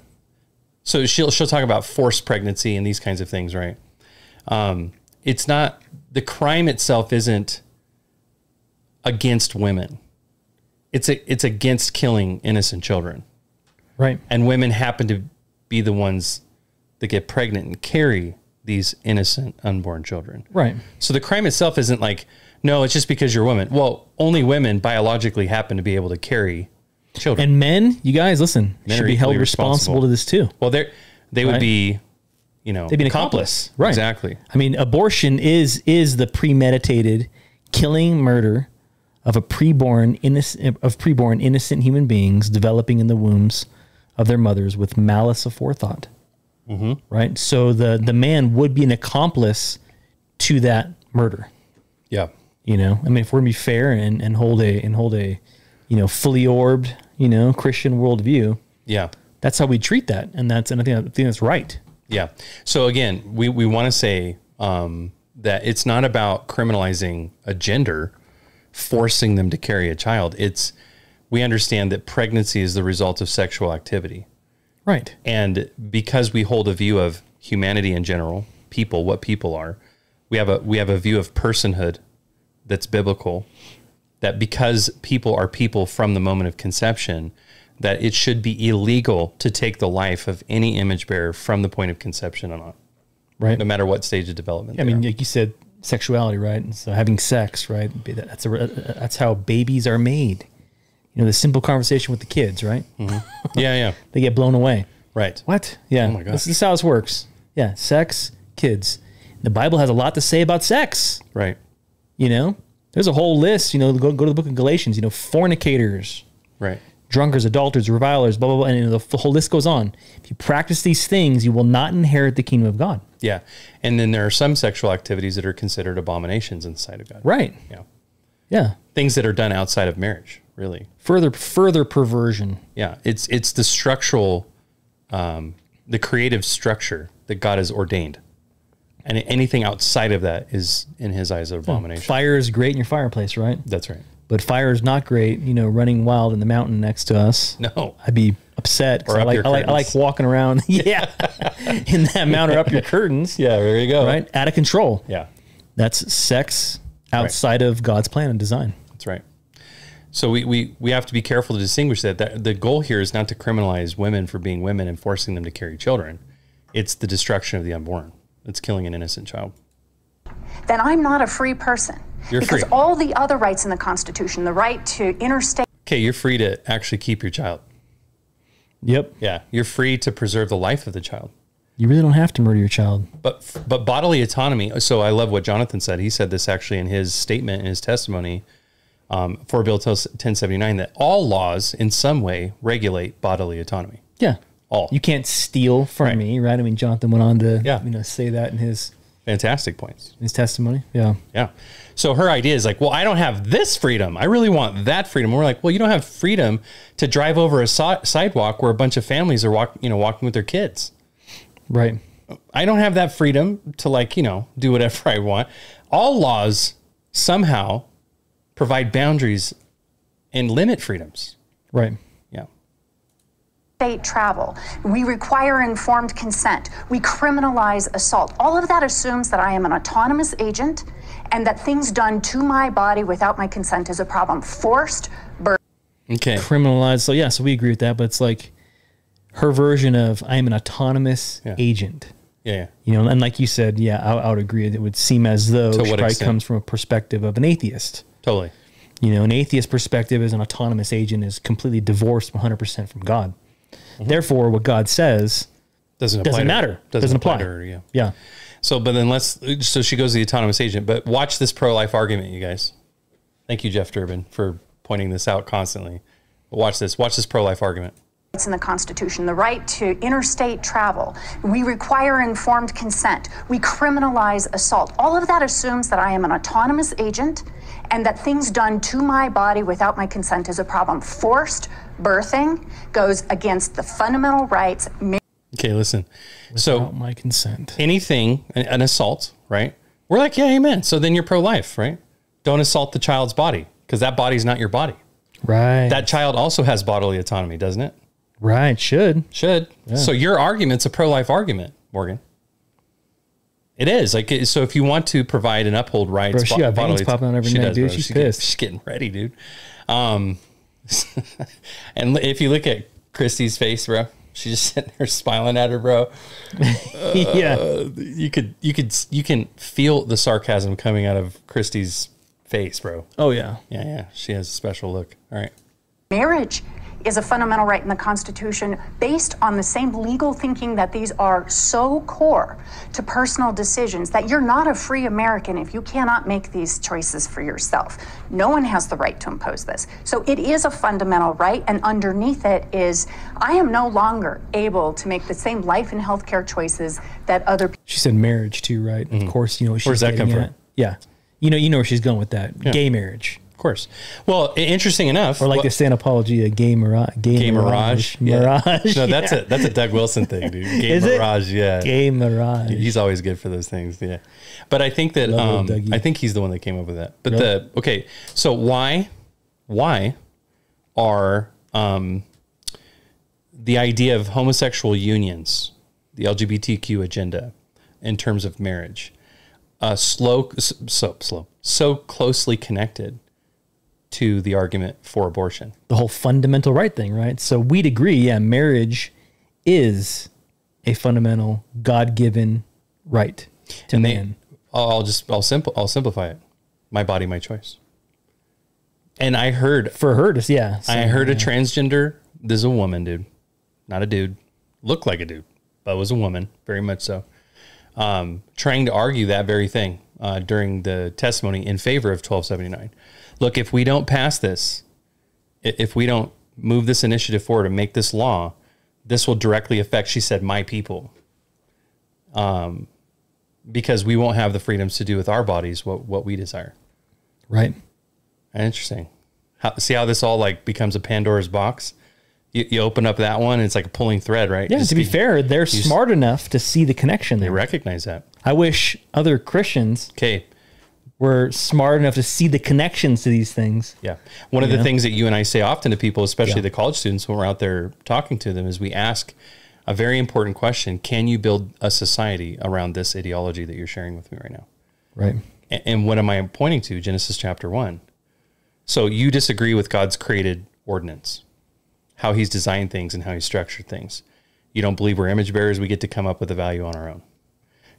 so she'll she'll talk about forced pregnancy and these kinds of things, right? Um, it's not the crime itself isn't against women. It's a, it's against killing innocent children,
right.
and women happen to be the ones that get pregnant and carry these innocent unborn children.
Right.
So the crime itself isn't like no, it's just because you're a woman. Well, only women biologically happen to be able to carry children.
And men, you guys, listen,
Men are
should be held
equally responsible.
responsible to this too.
well, they they would
Right.
be, you know,
They'd be an
accomplice.
accomplice. Right.
Exactly.
I mean, abortion is is the premeditated killing murder of a preborn innocent of preborn innocent human beings developing in the wombs of their mothers with malice aforethought. Right. So the the man would be an accomplice to that murder.
Yeah.
You know, I mean, if we're gonna be fair and, and hold a and hold a, you know, fully orbed, you know, Christian worldview,
Yeah.
that's how we treat that, and that's and I think, I think that's right.
Yeah. So again, we, we want to say um, that it's not about criminalizing a gender, forcing them to carry a child. It's we understand that pregnancy is the result of sexual activity.
Right.
And because we hold a view of humanity in general, people, what people are, we have a we have a view of personhood that's biblical. That because people are people from the moment of conception, that it should be illegal to take the life of any image bearer from the point of conception on,
Right.
no matter what stage of development.
I
they
mean,
are.
like you said, sexuality, right? And so having sex, right? Be that- That's a, uh, that's how babies are made. You know, the simple conversation with the kids, right?
Hmm. yeah, yeah,
They get blown away.
right.
What? Yeah.
Oh my gosh.
This is how this works. Yeah. Sex, kids. The Bible has a lot to say about sex.
Right,
You know, there's a whole list. You know, go go to the book of Galatians. You know, fornicators,
right.
drunkards, adulterers, revilers, blah blah blah, and you know, the whole list goes on. If you practice these things, you will not inherit the kingdom of God.
Yeah, and then there are some sexual activities that are considered abominations in the sight of God.
Right.
Yeah,
Yeah.
things that are done outside of marriage, really.
Further further perversion.
Yeah, it's it's the structural, um, the creative structure that God has ordained, and anything outside of that is in His eyes an abomination.
Fire is great in your fireplace, right?
That's right.
But fire is not great, you know, running wild in the mountain next to us.
No,
I'd be upset 'cause
Or
I
up
like,
your
I like I like
curtains.
walking around, yeah, in that mountain or up your curtains,
yeah, there you go.
right, out of control.
Yeah,
That's sex outside of God's plan and design.
that's right. So we, we, we have to be careful to distinguish that. that. The goal here is not to criminalize women for being women and forcing them to carry children. It's the destruction of the unborn. It's killing an innocent child.
then I'm not a free person.
You're
because
free.
all the other rights in the Constitution, the right to interstate
Okay, you're free to actually keep your child.
Yep.
Yeah, you're free to preserve the life of the child.
You really don't have to murder your child.
But but bodily autonomy. So I love what Jonathan said. He said this actually in his statement in his testimony um, for Bill 1079 that all laws in some way regulate bodily autonomy.
Yeah.
All
You can't steal from me, right? I mean, Jonathan went on to
Yeah.
you know say that in his
fantastic points.
in his testimony. Yeah.
Yeah. So her idea is like, well, I don't have this freedom. I really want that freedom. We're like, well, you don't have freedom to drive over a si- sidewalk where a bunch of families are walk, you know, walking with their kids.
Right.
I don't have that freedom to like, you know, do whatever I want. All laws somehow provide boundaries and limit freedoms.
Right.
Yeah.
state travel. We require informed consent. We criminalize assault. All of that assumes that I am an autonomous agent and that things done to my body without my consent is a problem. Forced birth
Okay.
Criminalized. So yeah, so we agree with that, but it's like her version of I am an autonomous
Yeah.
agent.
Yeah. yeah.
You know, and like you said, yeah, I, I would agree. It would seem as though
To
she
what
probably
extent?
comes from a perspective of an atheist.
Totally.
You know, an atheist perspective as an autonomous agent is completely divorced 100% from God. Therefore, what God says
Mm-hmm. Doesn't apply
doesn't
to her.
matter. Doesn't, apply.
to her. Yeah.
yeah.
So, but then let's, so she goes to the autonomous agent, but watch this pro life argument, you guys. Thank you, Jeff Durbin, for pointing this out constantly. But watch this. Watch this pro life argument.
rights in the Constitution, the right to interstate travel. We require informed consent. We criminalize assault. All of that assumes that I am an autonomous agent and that things done to my body without my consent is a problem. Forced birthing goes against the fundamental rights.
Okay. Listen. so,
Without my consent.
anything, an, an assault, right? We're like, yeah, amen. So then you're pro life, right? Don't assault the child's body because that body's not your body.
Right.
That child also has bodily autonomy, doesn't it?
right. Should.
Should. So your argument's a pro life argument, Morgan. It is like it- so. If you want to provide and uphold rights,
Bro, she got veins
bodily-
popping out every night, dude.
bro.
She's
getting-
pissed.
she's getting ready, dude. Um, and li- if you look at Christy's face, bro, she's just sitting there smiling at her, bro. Uh.
yeah.
you could you could you can feel the sarcasm coming out of Christy's face, bro.
Oh, yeah.
Yeah, yeah. She has a special look. All right.
Marriage is a fundamental right in the Constitution based on the same legal thinking that these are so core to personal decisions that you're not a free American if you cannot make these choices for yourself. No one has the right to impose this. So it is a fundamental right, and underneath it is I am no longer able to make the same life and health care choices that other people.
She said marriage, too, right? Of course, you know what she's
Mm-hmm. Where's that
getting
come from?
at. Yeah. You know, you know where she's going with that. Gay marriage.
Of course. Well, i- interesting enough.
Or like the Santa apology, a gay, mira- gay,
Gay Mirage. Yeah.
Mirage.
No, that's a that's a Doug Wilson thing, dude. Gay
Is it?
Mirage, yeah.
Gay Mirage.
He's always good for those things, yeah. But I think that um,
Love Dougie.
I think he's the one that came up with that. But the okay, so why why are um, the idea of homosexual unions, the LGBTQ agenda, in terms of marriage, uh, slow s- so slow so closely connected to the argument for abortion?
the whole fundamental right thing, right? So we'd agree, yeah, marriage is a fundamental God given right to
And they-
man.
I'll I'll just I'll simple I'll simplify it. My body, my choice. And I heard
For her to, yeah. So
I heard a transgender. This is a woman, dude, not a dude. Looked like a dude, but was a woman, very much so. Um, trying to argue that very thing uh, during the testimony in favor of 1279. Look, if we don't pass this, i- if we don't move this initiative forward and make this law, this will directly affect, she said, my people. Um, because we won't have the freedoms to do with our bodies what, what we desire.
right.
Interesting. How, see how this all like becomes a Pandora's box? You, you open up that one, and it's like a pulling thread, right?
Yeah,
Just
to be fair, they're smart enough to see the connection
they
there.
recognize that.
I wish other Christians
Okay,
were smart enough to see the connections to these things.
yeah. One of the
Yeah.
things that you and I say often to people, especially
Yeah.
the college students when we're out there talking to them, is we ask a very important question: Can you build a society around this ideology that you're sharing with me right now?
Right.
A- And what am I pointing to? Genesis chapter one. So you disagree with God's created ordinance, how he's designed things and how he structured things. You don't believe we're image bearers, we get to come up with a value on our own.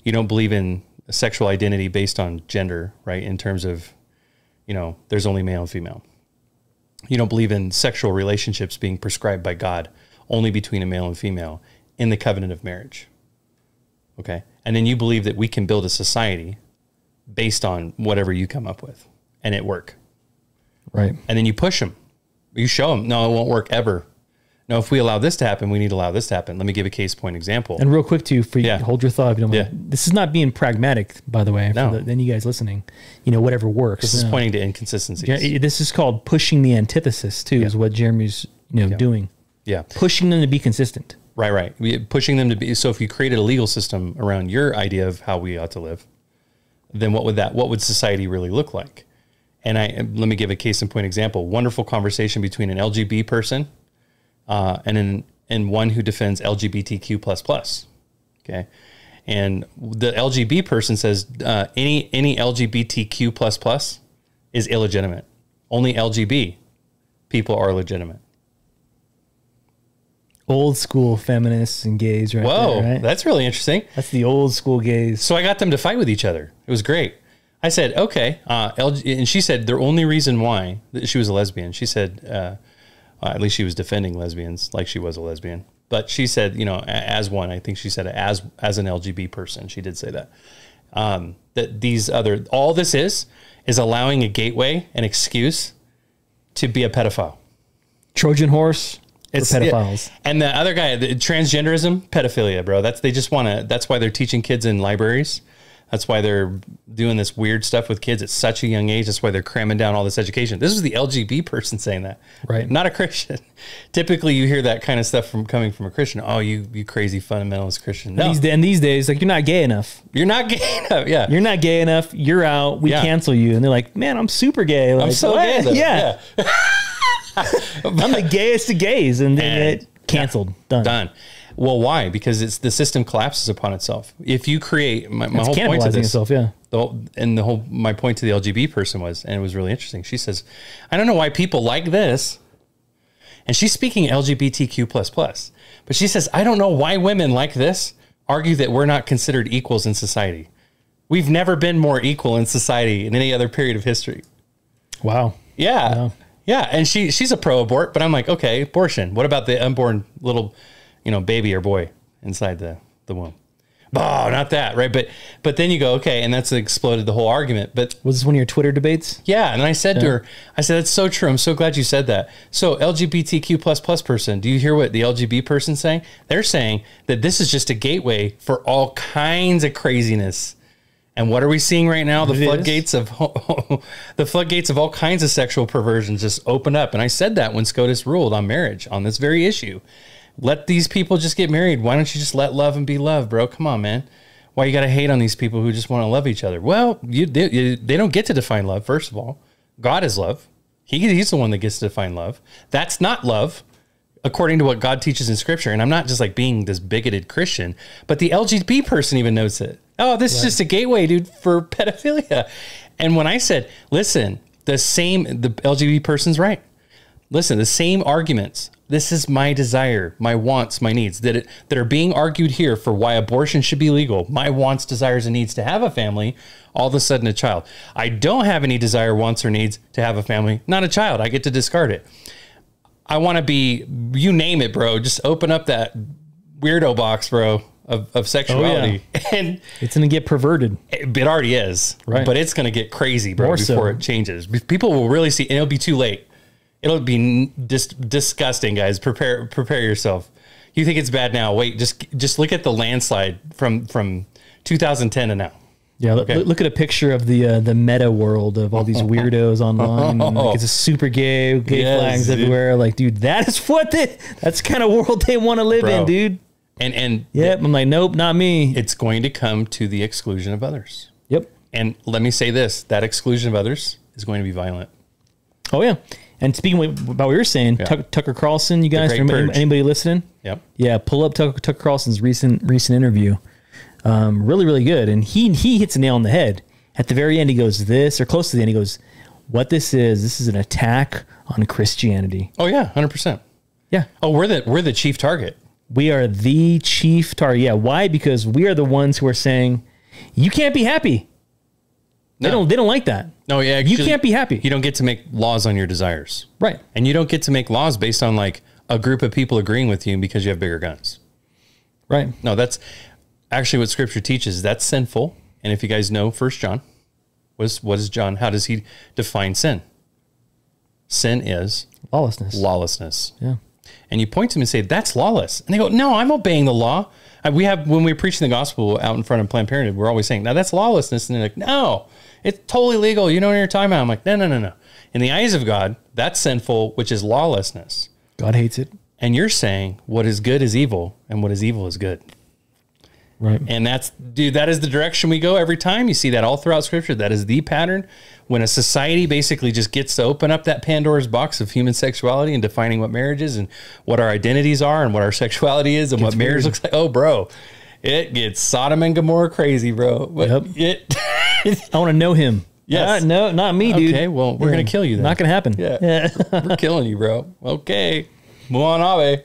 You don't believe in a sexual identity based on gender, right? In terms of, you know, there's only male and female. You don't believe in sexual relationships being prescribed by God only between a male and female in the covenant of marriage. Okay. And then you believe that we can build a society based on whatever you come up with and it work.
Right.
And then you push them. You show them, no, it won't work ever. No, if we allow this to happen, we need to allow this to happen. Let me give a case point example.
And real quick too, for you
Yeah.
hold your thought if you don't mind.
Yeah.
This is not being pragmatic, by the way.
No.
For the, any of you guys listening, you know whatever works.
this is
No.
pointing to inconsistencies.
Yeah,
Yeah.
it- this is called pushing the antithesis too. Is what Jeremy's you know doing, pushing them to be consistent.
Right, right. We- Pushing them to be. So if you created a legal system around your idea of how we ought to live, then what would that, what would society really look like? And I, and let me give a case in point example. Wonderful conversation between an LGB person uh, and an, and one who defends LGBTQ plus plus. Okay. And the LGB person says uh, any any LGBTQ plus plus is illegitimate. Only LGB people are legitimate.
Old school feminists and gays, right?
Whoa,
there, right?
that's really interesting.
that's the old school gays.
So I got them to fight with each other. It was great. I said, okay. Uh, LG, and she said, the only reason why she was a lesbian, she said, uh, uh, at least she was defending lesbians like she was a lesbian. But she said, you know, a- as one, I think she said as as an LGB person, she did say that. Um, that these other, all this is, is allowing a gateway, an excuse to be a pedophile.
Trojan horse.
It's
for pedophiles.
yeah. And the other guy, the transgenderism, pedophilia, bro. That's they just want to. That's why they're teaching kids in libraries. That's why they're doing this weird stuff with kids at such a young age. That's why they're cramming down all this education. This is the LGB person saying that,
Right.
Not a Christian. Typically, you hear that kind of stuff from coming from a Christian. Oh, you you crazy fundamentalist Christian. No,
These da- and these days, like you're not gay enough.
you're not gay enough. Yeah,
You're not gay enough. You're out. We
Yeah.
cancel you. And they're like, man, I'm super gay. Like,
I'm so
what?
gay. Though.
Yeah. I'm the gayest of gays. And then
And-
it canceled. Done.
done. Well, why? Because it's the system collapses upon itself. If you create my, my
It's
whole point to
cannibalizing
this,
itself. Yeah.
the whole, and the whole my point to the LGB person was, and it was really interesting. She says, "I don't know why people like this," and she's speaking LGBTQ plus plus, but she says, "I don't know why women like this argue that we're not considered equals in society. We've never been more equal in society in any other period of history."
Wow.
Yeah. Yeah. And she she's a pro abort, but I'm like, okay, abortion. What about the unborn little, you know, baby or boy inside the, the womb? Oh, not that, right? But but then you go, okay, and that's exploded the whole argument. But
Was this one of your Twitter debates?
yeah, and I said to her, I said, that's so true. I'm so glad you said that. So LGBTQ plus plus person, do you hear what the LGB person saying? They're saying that this is just a gateway for all kinds of craziness. And what are we seeing right now? The
It is.
floodgates of the floodgates of all kinds of sexual perversions just open up. And I said that when SCOTUS ruled on marriage on this very issue. Let these people just get married. Why don't you just let love and be love, bro? Come on, man. Why you got to hate on these people who just want to love each other? Well, you they, you- they don't get to define love. First of all, God is love. He, he's the one that gets to define love. That's not love according to what God teaches in Scripture. And I'm not just like being this bigoted Christian, but the LGBT person even knows it. Oh, this is just a gateway, dude, for pedophilia. And when I said, listen, the same, the LGBT person's right. Listen, the same arguments. This is my desire, my wants, my needs that it, that are being argued here for why abortion should be legal. My wants, desires, and needs to have a family. All of a sudden, a child. I don't have any desire, wants, or needs to have a family. Not a child. I get to discard it. I want to be, you name it, bro. Just open up that weirdo box, bro, of, of sexuality. And
It's going to get perverted.
it, it already is,
Right.
But it's going to get crazy, bro,
More so.
before it changes. Be- People will really see, and it'll be too late. It'll be n- dis- disgusting, guys. Prepare, prepare yourself. You think it's bad now? Wait, just just look at the landslide from from 2010 to now.
Yeah. look- Look, at a picture of the uh, the meta world of all these weirdos online. and, like, it's a super gay, gay
Yes,
flags
dude.
everywhere. Like, Oh. dude, that is what the, that's the kind of world they want to live
Bro.
in, dude.
And and
Yep. I'm like, nope, not me.
it's going to come to the exclusion of others.
yep.
And let me say this: that exclusion of others is going to be violent.
Oh yeah. And speaking with- about what you were saying, Tuck, Tucker Carlson, you guys,
Great
remember,
Purge.
anybody listening?
Yep.
Yeah, pull up Tucker, Tucker Carlson's recent recent interview. Um, really, really good, and he he hits a nail on the head. At the very end, he goes this or close to the end, he goes, what this is, this is an attack on Christianity.
Oh yeah, hundred percent.
Yeah.
Oh, we're the we're the chief target.
We are the chief target. Yeah. Why? Because we are the ones who are saying, you can't be happy. They
No.
don't they don't like that.
No, yeah,
You
actually,
can't be happy.
You don't get to make laws on your desires,
Right.
and you don't get to make laws based on like a group of people agreeing with you because you have bigger guns.
Right.
No, that's actually what Scripture teaches. That's sinful. And if you guys know First John, what is, what is John? How does he define sin? Sin is
Lawlessness.
lawlessness.
Yeah.
And you point to them and say, "That's lawless," and they go, "No, I'm obeying the law." And we have when we're preaching the gospel out in front of Planned Parenthood, we're always saying, "Now that's lawlessness," and they're like, "No, it's totally legal. You know what you're talking about." I'm like, "No, no, no, no." In the eyes of God, that's sinful, which is lawlessness.
God hates it.
And you're saying what is good is evil, and what is evil is good.
Right.
And that's, dude, that is the direction we go every time. You see that all throughout scripture. That is the pattern. When a society basically just gets to open up that Pandora's box of human sexuality and defining what marriage is and what our identities are and what our sexuality is and what marriage looks like. Oh, bro, it gets Sodom and Gomorrah crazy, bro. But
Yep.
it,
I want to know him.
Yes.
Uh, no, not me, dude.
Okay, well, we're gonna kill you then.
Not gonna happen.
Yeah. we're killing you, bro. Okay. Muanabe.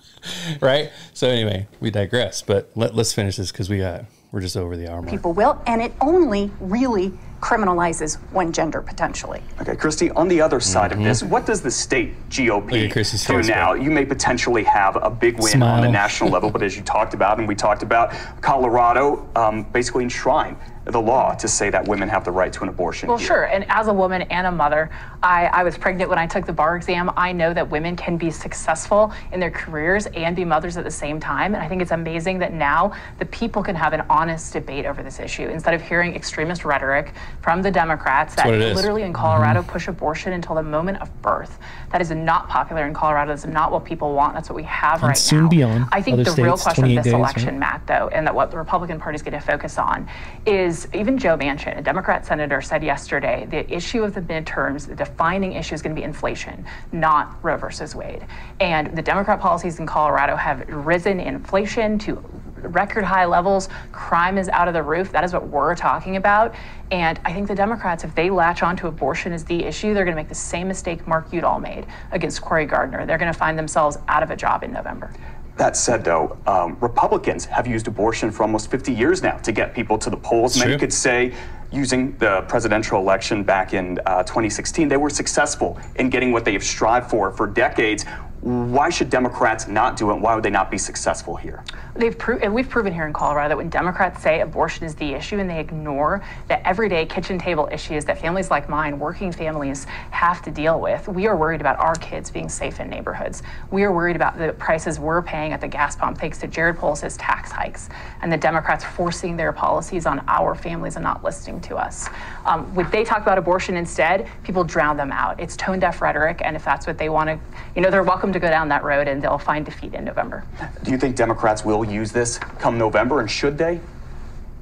right? So, anyway, we digress, but let, let's finish this because we got, we're just over the hour mark.
People will, and it only really criminalizes one gender potentially.
Okay, Christy, on the other side of this, what does the state
Mm-hmm. Look
GOP
at Christy's
through
face,
now? You may potentially have a big win on the
Smile.
national level, but as you talked about, and we talked about, Colorado um, basically enshrined the law to say that women have the right to an abortion.
Well,
here.
sure. And as a woman and a mother, I, I was pregnant when I took the bar exam. I know that women can be successful in their careers and be mothers at the same time. And I think it's amazing that now the people can have an honest debate over this issue instead of hearing extremist rhetoric from the Democrats that
what it is.
literally in
Mm-hmm.
Colorado push abortion until the moment of birth. That is not popular in Colorado. That's not what people want. That's what we have right
soon
now.
beyond
I think
other
the real
states,
question
28
of
days,
this
right?
election election, Matt, though, and that what the Republican Party is going to focus on is even Joe Manchin, a Democrat senator, said yesterday the issue of the midterms, the defining issue is going to be inflation, not Roe versus Wade. And the Democrat policies in Colorado have risen inflation to record high levels. Crime is out of the roof. That is what we're talking about. And I think the Democrats, if they latch onto abortion as the issue, they're going to make the same mistake Mark Udall made against Cory Gardner. They're going to find themselves out of a job in November.
That said, though, um, Republicans have used abortion for almost 50 years now to get people to the polls. Many
true.
could say, using the presidential election back in uh, 2016, they were successful in getting what they have strived for for decades. Why should Democrats not do it? Why would they not be successful here?
They've pro- and we've proven here in Colorado that when Democrats say abortion is the issue and they ignore the everyday kitchen table issues that families like mine, working families, have to deal with, we are worried about our kids being safe in neighborhoods. We are worried about the prices we're paying at the gas pump thanks to Jared Polis' tax hikes and the Democrats forcing their policies on our families and not listening to us. Um, when they talk about abortion instead, people drown them out. It's tone deaf rhetoric, and if that's what they want to, you know, they're welcome to go down that road and they'll find defeat in November.
Do you think Democrats will use this come November, and should they?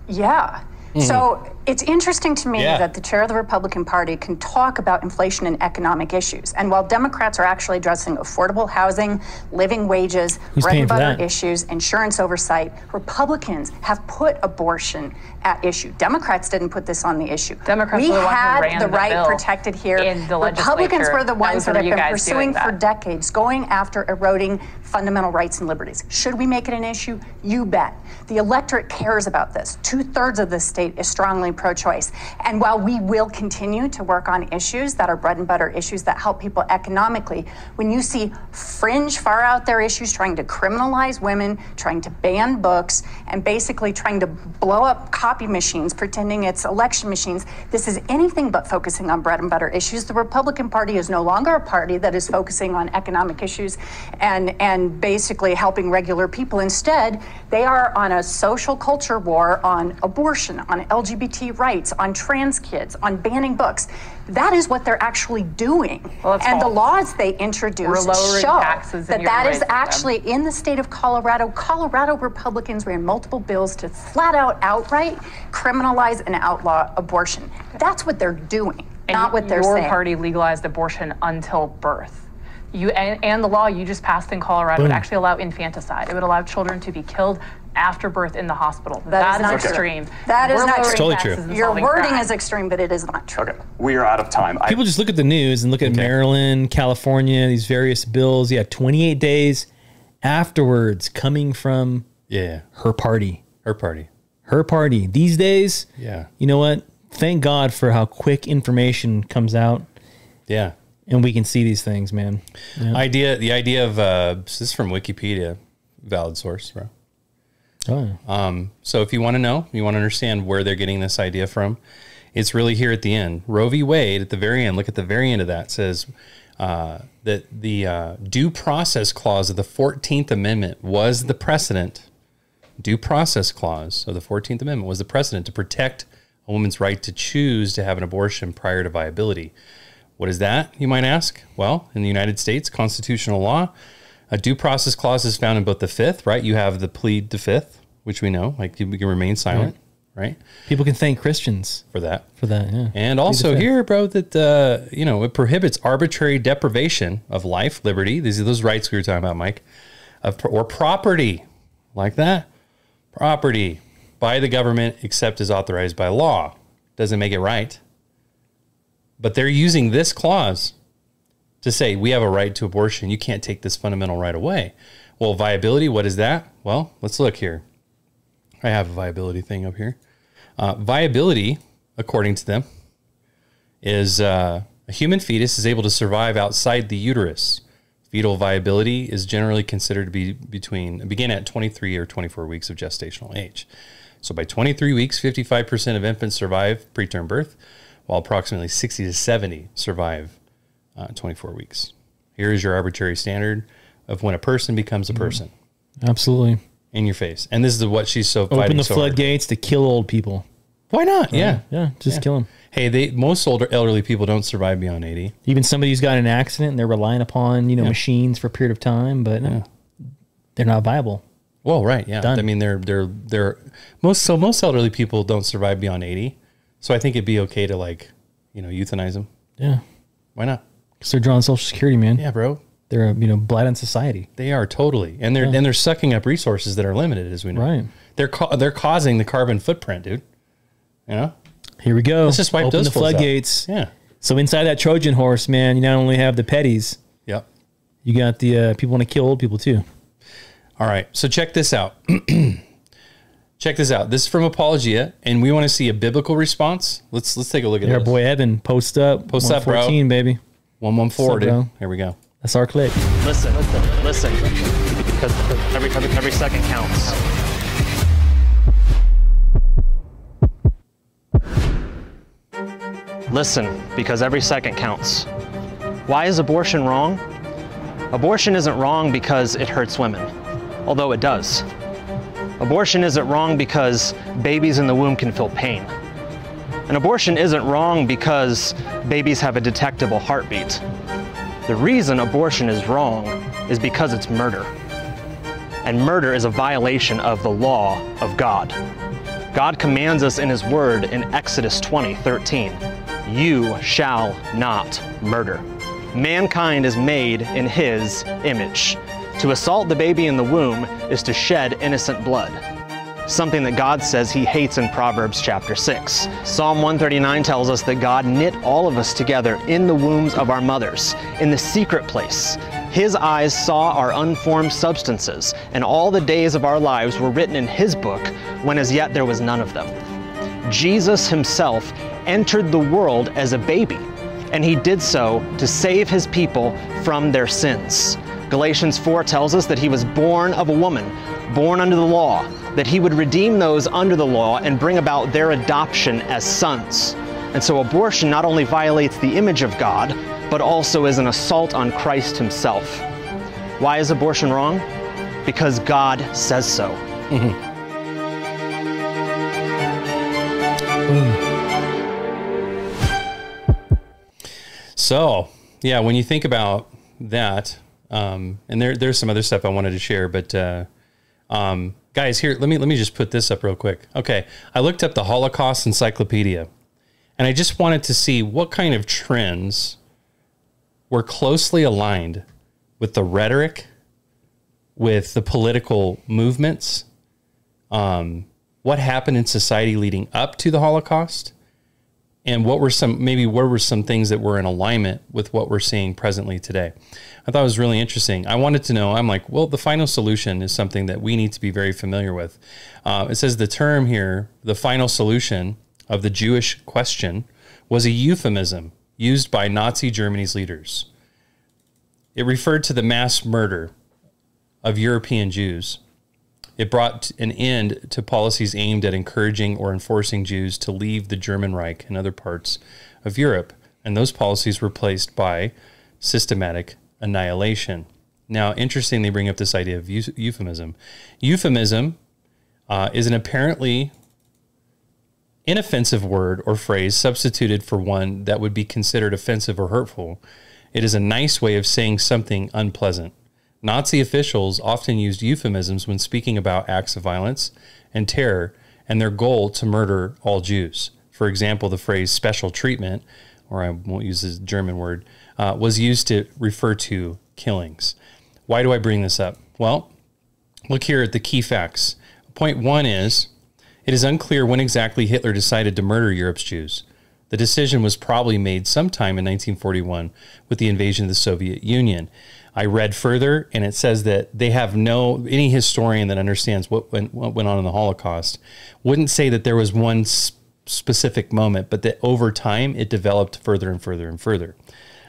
Yeah.
Mm-hmm.
So it's interesting to me
Yeah.
that the chair of the Republican Party can talk about inflation and economic issues. And while Democrats are actually addressing affordable housing, living wages, bread
paying
and
for
butter
that?
issues, insurance oversight, Republicans have put abortion at issue. Democrats didn't put this on the issue.
Democrats
we
were the ones who
had
ran
the
the
right
bill
protected here.
in the
Republicans
legislature.
were the
That
ones
was
that
under
have
you
been
guys
pursuing
doing that.
for decades, going after eroding fundamental rights and liberties. Should we make it an issue? You bet. The electorate cares about this. Two thirds of the state is strongly pro choice. And while we will continue to work on issues that are bread and butter issues that help people economically, when you see fringe, far out there issues trying to criminalize women, trying to ban books, and basically trying to blow up copy machines, pretending it's election machines, this is anything but focusing on bread and butter issues. The Republican Party is no longer a party that is focusing on economic issues and, and basically helping regular people. Instead, they are on a social culture war on abortion, on LGBT rights, on trans kids, on banning books. That is what they're actually doing.
Well, it's
and the
false.
laws they introduce
lowering
show
taxes and
that
you're
that is
raising them.
actually in the state of Colorado. Colorado Republicans ran multiple bills to flat out outright criminalize and outlaw abortion. That's what they're doing, not what they're
your
saying.
party legalized abortion until birth. You and, and the law you just passed in Colorado would actually allow infanticide. It would allow children to be killed after birth in the hospital.
That is
that
not
is
true.
extreme.
That is
We're
not
lowering
true. Totally
true.
taxes and
Your
solving
wording
crime.
is extreme, but it is not true.
Okay, we are out of time. I,
People just look at the news and look at Maryland, California, these various bills. Yeah, 28 days afterwards coming from
Yeah.
her party.
Her party.
Her party. These days,
Yeah.
you know what? Thank God for how quick information comes out
Yeah.
and we can see these things, man.
Idea. The idea of uh, this is from Wikipedia, valid source, bro.
Oh,
So if you want to know, you want to understand where they're getting this idea from, it's really here at the end. Roe v. Wade at the very end. Look at the very end of that says uh, that the uh, due process clause of the Fourteenth Amendment was the precedent. Due process clause of the Fourteenth Amendment was the precedent to protect a woman's right to choose to have an abortion prior to viability. What is that, you might ask? Well, in the United States constitutional law, a due process clause is found in both the fifth, right? You have the plead the fifth, which we know, like we can remain silent, right?
people can thank Christians
For that.
for that. Yeah.
And also
Fifth.
here, bro, that uh, you know it prohibits arbitrary deprivation of life, liberty. These are those rights we were talking about, Mike, of pro- or property like that, property by the government except as authorized by law. Doesn't make it right. But they're using this clause to say we have a right to abortion. You can't take this fundamental right away. Well, viability, what is that? Well, let's look here. I have a viability thing up here. Uh, viability, according to them, is uh, a human fetus is able to survive outside the uterus. Fetal viability is generally considered to be between begin at 23 or 24 weeks of gestational age. So by 23 weeks, 55% of infants survive preterm birth, while approximately 60 to 70 survive uh, 24 weeks. Here is your arbitrary standard of when a person becomes a
Mm-hmm.
person
Absolutely.
in your face. And this is what she's so
Open
fighting
the
so hard.
floodgates to kill old people.
Why not? Yeah.
Yeah. Just kill 'em. kill them.
Hey, they most older elderly people don't survive beyond 80.
even somebody who's got an accident and they're relying upon you know machines for a period of time, but no, they're not viable.
Well, right, yeah.
Done.
I mean, they're they're they're most so most elderly people don't survive beyond eighty, so I think it'd be okay to like, you know, euthanize them.
Yeah,
Why not?
because they're drawing social security, man.
Yeah, bro,
They're a you know blight on society.
they are totally, and they're and they're sucking up resources that are limited, as we know.
Right.
They're ca- they're causing the carbon footprint, dude. You know,
Here we go.
let's just wipe
Open
those
the
fools out.
floodgates.
Yeah.
So inside that Trojan horse, man, you not only have the petties,
Yep.
you got the uh, people want to kill old people too.
All right. So check this out. check this out. This is from Apologia, and we want to see a biblical response. Let's let's take a look at
Our
this.
boy Evan, post up,
Post up, bro.
114, baby.
One one four,
What's
dude.
up, bro?
Here we go.
That's our clip.
Listen, listen, because every, every, every second counts. Listen, because every second counts. Why is abortion wrong? Abortion isn't wrong because it hurts women, although it does. Abortion isn't wrong because babies in the womb can feel pain. And abortion isn't wrong because babies have a detectable heartbeat. The reason abortion is wrong is because it's murder. And murder is a violation of the law of God. God commands us in His Word in Exodus 20 13, You shall not murder. Mankind is made in His image. To assault the baby in the womb is to shed innocent blood something that God says he hates in Proverbs chapter 6. Psalm 139 tells us that God knit all of us together in the wombs of our mothers, in the secret place. His eyes saw our unformed substances, and all the days of our lives were written in his book when as yet there was none of them. Jesus himself entered the world as a baby, and he did so to save his people from their sins. Galatians 4 tells us that he was born of a woman, born under the law, that he would redeem those under the law and bring about their adoption as sons. And so abortion not only violates the image of God, but also is an assault on Christ himself. Why is abortion wrong? Because God says so.
So, yeah, when you think about that, um, and there, there's some other stuff I wanted to share, but uh, um, guys, here, let me let me just put this up real quick. Okay, I looked up the Holocaust Encyclopedia, and I just wanted to see what kind of trends were closely aligned with the rhetoric, with the political movements, um, what happened in society leading up to the Holocaust, and what were some maybe where were some things that were in alignment with what we're seeing presently today. I thought it was really interesting. I wanted to know. I'm like, well, the final solution is something that we need to be very familiar with. Uh, it says the term here, the final solution of the Jewish question, was a euphemism used by Nazi Germany's leaders. It referred to the mass murder of European Jews. It brought an end to policies aimed at encouraging or enforcing Jews to leave the German Reich and other parts of Europe. And those policies were replaced by systematic annihilation. Now, interesting, they bring up this idea of eu- euphemism. Euphemism uh, is an apparently inoffensive word or phrase substituted for one that would be considered offensive or hurtful. It is a nice way of saying something unpleasant. Nazi officials often used euphemisms when speaking about acts of violence and terror and their goal to murder all Jews. For example, the phrase special treatment, or I won't use the German word, uh, was used to refer to killings. Why do I bring this up? Well, look here at the key facts. Point one is it is unclear when exactly Hitler decided to murder Europe's Jews. The decision was probably made sometime in 1941 with the invasion of the Soviet Union. I read further, and it says that they have no any historian that understands what went, what went on in the Holocaust wouldn't say that there was one s- specific moment, but that over time it developed further and further and further.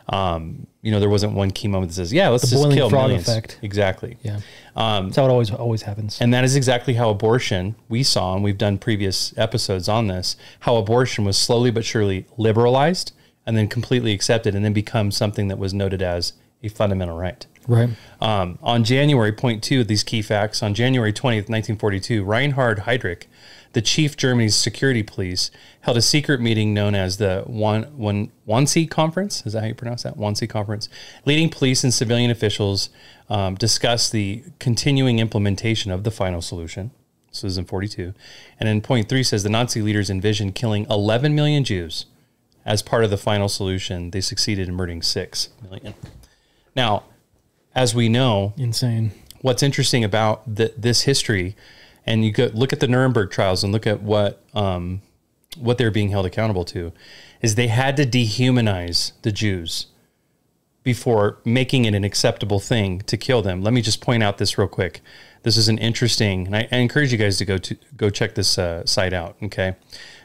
Um, you know, there wasn't one key moment that says, "Yeah, let's
The
just
boiling
kill
frog
millions.
effect.
Exactly.
Yeah. That's how it always always happens.
And that is exactly how abortion, we saw, and we've done previous episodes on this, how abortion was slowly but surely liberalized and then completely accepted and then become something that was noted as a fundamental right.
right.
Um, on January, point two of these key facts, on January 20th, 1942, Reinhard Heydrich, the chief Germany's security police, held a secret meeting known as the Wan- Wan- Wannsee Conference. Is that how you pronounce that? Wannsee Conference. Leading police and civilian officials um, discussed the continuing implementation of the final solution. So this is in 42. And then point three says the Nazi leaders envisioned killing 11 million Jews. As part of the final solution, they succeeded in murdering 6 million. Now, as we know,
Insane.
what's interesting about th this history, and you go look at the Nuremberg trials and look at what um, what they're being held accountable to, is they had to dehumanize the Jews before making it an acceptable thing to kill them. Let me just point out this real quick. This is an interesting, and I, I encourage you guys to go to go check this uh, site out. Okay,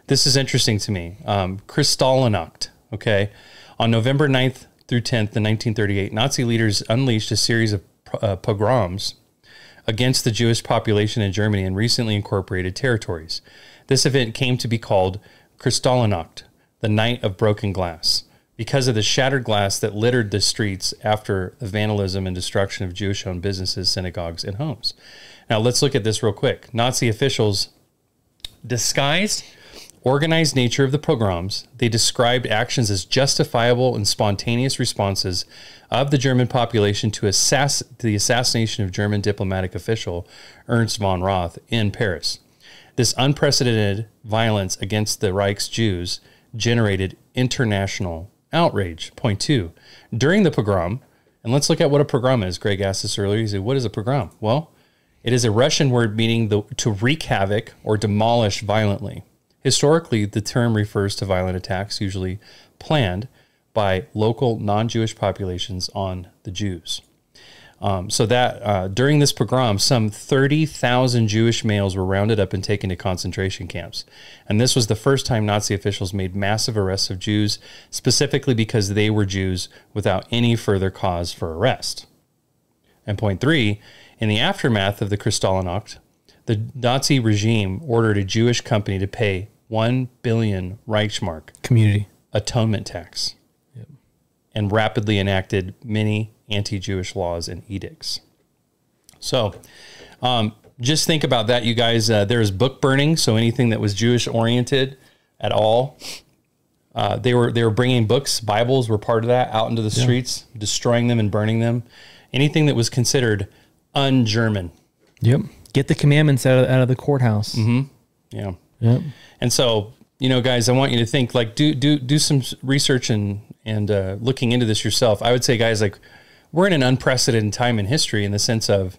this is interesting to me. Um, Kristallnacht. Okay, on November 9th through 10th, in 1938, Nazi leaders unleashed a series of uh, pogroms against the Jewish population in Germany and recently incorporated territories. This event came to be called Kristallnacht, the Night of Broken Glass, because of the shattered glass that littered the streets after the vandalism and destruction of Jewish owned businesses, synagogues, and homes. Now, let's look at this real quick. Nazi officials disguised organized nature of the pogroms, they described actions as justifiable and spontaneous responses of the German population to assass- the assassination of German diplomatic official Ernst von Roth in Paris. This unprecedented violence against the Reich's Jews generated international outrage. Point two. During the pogrom, and let's look at what a pogrom is. Greg asked this earlier. He said, What is a pogrom? Well, it is a Russian word meaning the, to wreak havoc or demolish violently. Historically, the term refers to violent attacks, usually planned by local non Jewish populations on the Jews. Um, so that uh, during this pogrom, some 30,000 Jewish males were rounded up and taken to concentration camps. And this was the first time Nazi officials made massive arrests of Jews, specifically because they were Jews without any further cause for arrest. And point three, in the aftermath of the Kristallnacht, the Nazi regime ordered a Jewish company to pay 1 billion Reichsmark
Community.
atonement tax and rapidly enacted many anti Jewish laws and edicts. So, um, just think about that, you guys. Uh, there is book burning, so anything that was Jewish oriented at all, uh, they were they were bringing books, Bibles were part of that out into the streets, destroying them and burning them. Anything that was considered un-German,
Yep. Get the commandments out of, out of the courthouse.
yeah.
Yep.
And so, you know, guys, I want you to think like do do do some s- research and and uh, looking into this yourself. I would say, guys, like we're in an unprecedented time in history in the sense of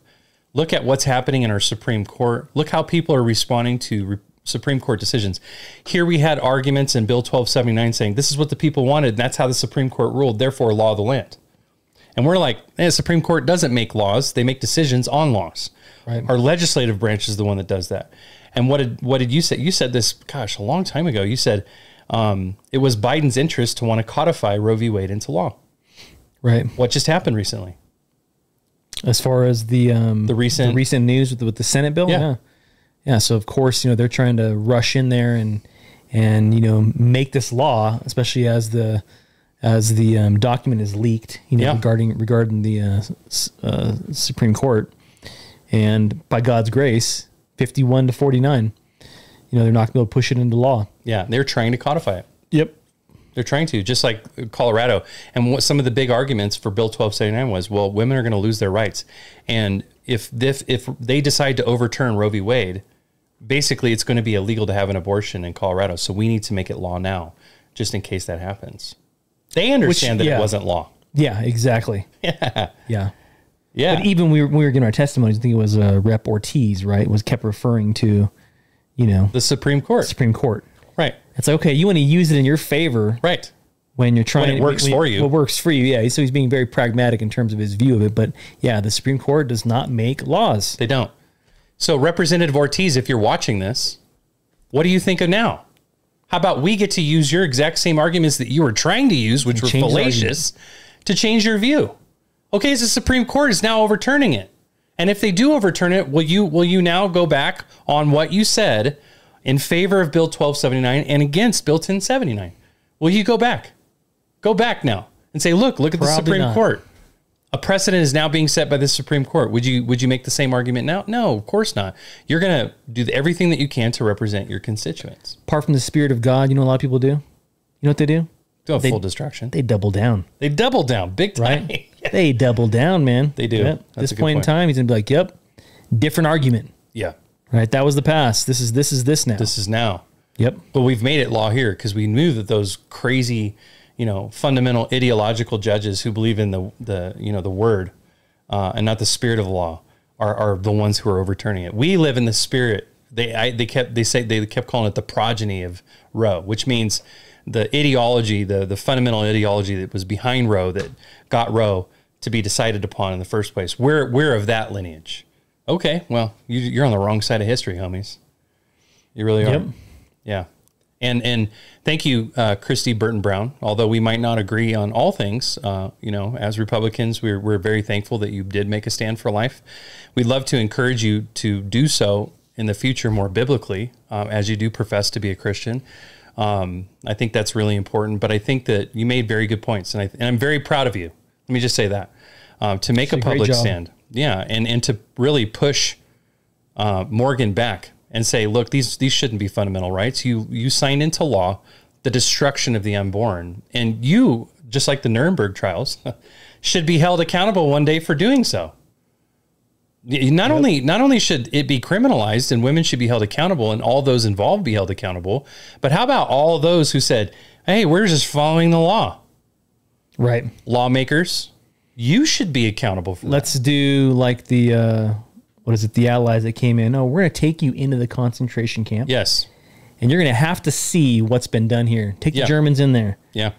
Look at what's happening in our Supreme Court. Look how people are responding to re- Supreme Court decisions. Here we had arguments in Bill 1279 saying this is what the people wanted, and that's how the Supreme Court ruled, therefore, law of the land. And we're like, eh, Supreme Court doesn't make laws; they make decisions on laws.
Right.
Our legislative branch is the one that does that. And what did what did you say? You said this, gosh, a long time ago. You said um, it was Biden's interest to want to codify Roe v. Wade into law.
Right.
What just happened recently?
As far as the um, the
recent-
recent news with the, with the Senate bill,
Yeah.
yeah. Yeah, So of course, you know they're trying to rush in there and and you know make this law, especially as the as the um, document is leaked, you know,
Yeah.
regarding regarding the uh, s- uh, Supreme Court. And by God's grace, fifty-one to forty-nine, you know they're not going to be able to push it into law.
Yeah, they're trying to codify it.
Yep.
They're trying to, just like Colorado. And what some of the big arguments for Bill 1279 was, well, women are going to lose their rights. And if if, if they decide to overturn Roe v. Wade, basically it's going to be illegal to have an abortion in Colorado. So we need to make it law now, just in case that happens. They understand that
yeah.
it wasn't law.
Yeah. Exactly. Yeah. Yeah.
Yeah.
But e- even we were, we were getting our testimonies. I think it was uh, Rep Ortiz, right? Was kept referring to, you know,
the Supreme Court.
Supreme Court.
Right.
It's like okay, you want to use it in your favor
Right.
when you're trying.
When it
to-
works for you.
What works for you? Yeah. So he's being very pragmatic in terms of his view of it. But yeah, the Supreme Court does not make laws.
They don't. So, Representative Ortiz, if you're watching this, what do you think of now? How about we get to use your exact same arguments that you were trying to use, which were
change the
fallacious, to change your view? Okay, as the Supreme Court is now overturning it, and if they do overturn it, will you will you now go back on what you said in favor of Bill 1279 and against Bill 1079? Will you go back? Go back now and say, look, look at the
Probably
Supreme
not.
Court. A precedent is now being set by the Supreme Court. Would you would you make the same argument now? No, of course not. You're going to do everything that you can to represent your constituents.
Apart from the spirit of God, you know, what a lot of people do. You know what they do?
Do a full destruction. They,
They double down.
double down big time.
Right. They double down, man.
They do.
Yep.
That's
This
a good
point in
point.
time, he's gonna be like, "Yep, different argument."
yeah.
Right. That was the past. This is this is this now.
This is now.
yep.
But we've made it law here because we knew that those crazy, you know, fundamental ideological judges who believe in the the you know the word uh, and not the spirit of the law are, are the ones who are overturning it. We live in the spirit. They I, they kept they say they kept calling it the progeny of Roe, which means the ideology, the the fundamental ideology that was behind Roe that got Roe to be decided upon in the first place. We're we're of that lineage. Okay, well, you, you're on the wrong side of history, homies. You really are.
Yep.
Yeah. And and thank you, uh, Christy Burton Brown. Although we might not agree on all things, uh, you know, as Republicans, we're, we're very thankful that you did make a stand for life. We'd love to encourage you to do so in the future more biblically, um, as you do profess to be a Christian. Um, I think that's really important. But I think that you made very good points, and, I, and I'm very proud of you. Let me just say that um, to make a
a great
public
job.
stand, yeah, and and to really push uh, Morgan back and say, look, these these shouldn't be fundamental rights. You you signed into law the destruction of the unborn, and you, just like the Nuremberg trials, should be held accountable one day for doing so. Y- Not only not only should it be criminalized and women should be held accountable and all those involved be held accountable, but how about all those who said, "Hey, we're just following the law."
Right.
Lawmakers, you should be accountable for
Let's do like the uh, what is it? The allies that came in. Oh, we're gonna take you into the concentration camp,
that. Yes.
and you're gonna have to see what's been done here. Take
Yeah.
the Germans in there
Yeah.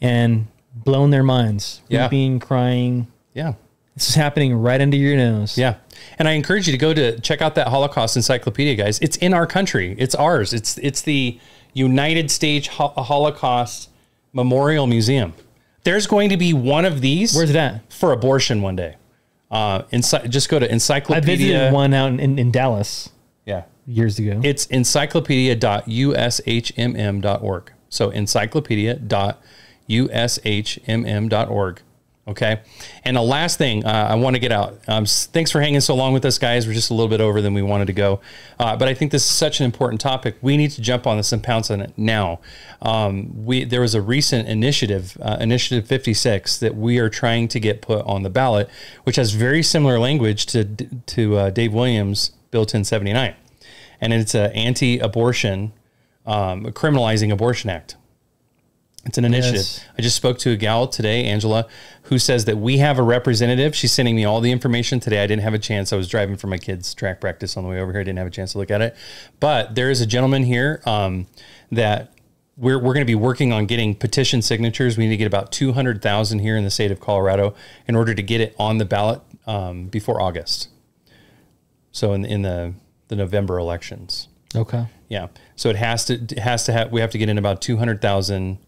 and blown their minds,
Yeah.
weeping, crying.
Yeah.
This is happening right under your nose.
Yeah. And I encourage you to go to check out that Holocaust encyclopedia, guys. It's in our country. It's ours. It's it's the United States Ho- Holocaust Memorial Museum. There's going to be one of these
Where's it at?
for abortion one day. Uh, ency- just go to
I visited
encyclopedia.
one out in, in, in Dallas
Yeah.
years ago.
It's encyclopedia.ushmm.org. So encyclopedia.ushmm.org. Okay. And the last thing uh, I want to get out. Um, s- thanks for hanging so long with us, guys. We're just a little bit over than we wanted to go. Uh, but I think this is such an important topic. We need to jump on this and pounce on it now. Um, we There was a recent initiative, uh, Initiative 56, that we are trying to get put on the ballot, which has very similar language to, D- to uh, Dave Williams' Bill 1079 and it's a anti-abortion um, criminalizing abortion act It's an initiative.
Yes.
I just spoke to a gal today, Angela, who says that we have a representative. She's sending me all the information today. I didn't have a chance. I was driving for my kids' track practice on the way over here. I didn't have a chance to look at it. But there is a gentleman here um, that we're, we're going to be working on getting petition signatures. We need to get about 200,000 here in the state of Colorado in order to get it on the ballot um, before August. So in, in the, the November elections.
Okay.
Yeah. So it has to it has to have we have to get in about 200,000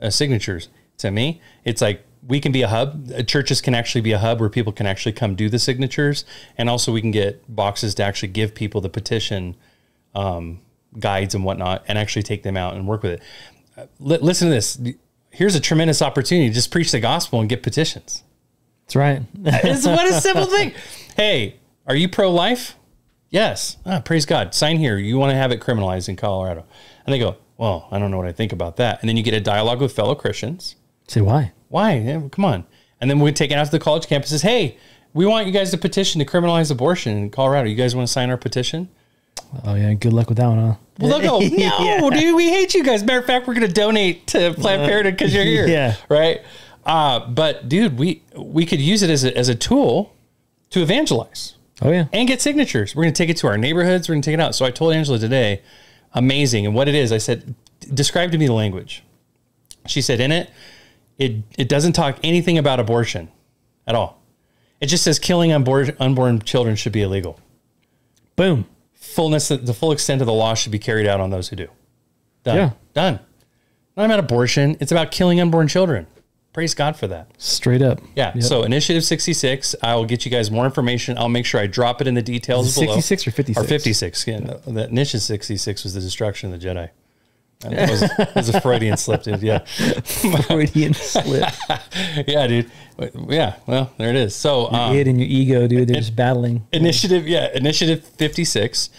uh, signatures. To me, it's like we can be a hub. Uh, Churches can actually be a hub where people can actually come do the signatures, and also we can get boxes to actually give people the petition um, guides and whatnot, and actually take them out and work with it. Uh, li- listen to this. Here's a tremendous opportunity to just preach the gospel and get petitions.
That's right.
It's what a simple thing. Hey, are you pro life? Yes. Ah, praise God. Sign here. You want to have it criminalized in Colorado. And they go, Well, I don't know what I think about that. And then you get a dialogue with fellow Christians.
Say why?
Why? Yeah, well, come on. And then we take it out to the college campuses. Hey, we want you guys to petition to criminalize abortion in Colorado. You guys want to sign our petition?
Oh yeah. Good luck with that one, huh?
Well, they'll go, no, dude, we hate you guys. Matter of fact, we're going to donate to Planned Parenthood because you're here.
Yeah.
Right. Uh, but dude, we we could use it as a, as a tool to evangelize
Oh yeah.
and get signatures. We're going to take it to our neighborhoods. We're going to take it out. So I told Angela today, amazing. And what it is, I said, describe to me the language. She said, in it, it it doesn't talk anything about abortion at all. It just says killing unborn unborn children should be illegal.
Boom.
Fullness, the full extent of the law should be carried out on those who do. Done.
Yeah.
Done. Not about abortion. It's about killing unborn children. Praise God for that.
Straight up.
Yeah.
Yep.
So initiative 66, I will get you guys more information. I'll make sure I drop it in the details
Is it 66
below.
or 56?
Or 56. Yeah. no, That initiative 66 was the destruction of the Jedi. That was, that was a Freudian slip, dude. Yeah.
Freudian slip.
Yeah, dude. Yeah. Well, there it is. So, um,
It and your ego, dude. They're just battling.
initiative yeah initiative 56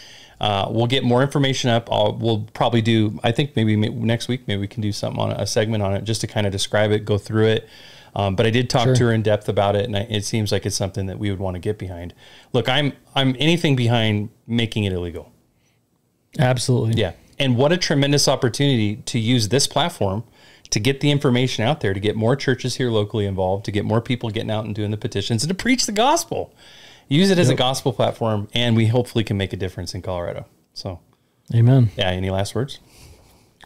uh, we'll get more information up I'll, we'll probably do i think maybe ma- next week maybe we can do something on it, a segment on it just to kind of describe it go through it um, but i did talk to her in depth about it and I, it seems like it's something that we would want to get behind look i'm i'm anything behind making it illegal
Absolutely.
yeah. And what a tremendous opportunity to use this platform to get the information out there, to get more churches here locally involved, to get more people getting out and doing the petitions, and to preach the gospel. Use it as a gospel platform, and we hopefully can make a difference in Colorado. So,
Amen.
yeah, any last words?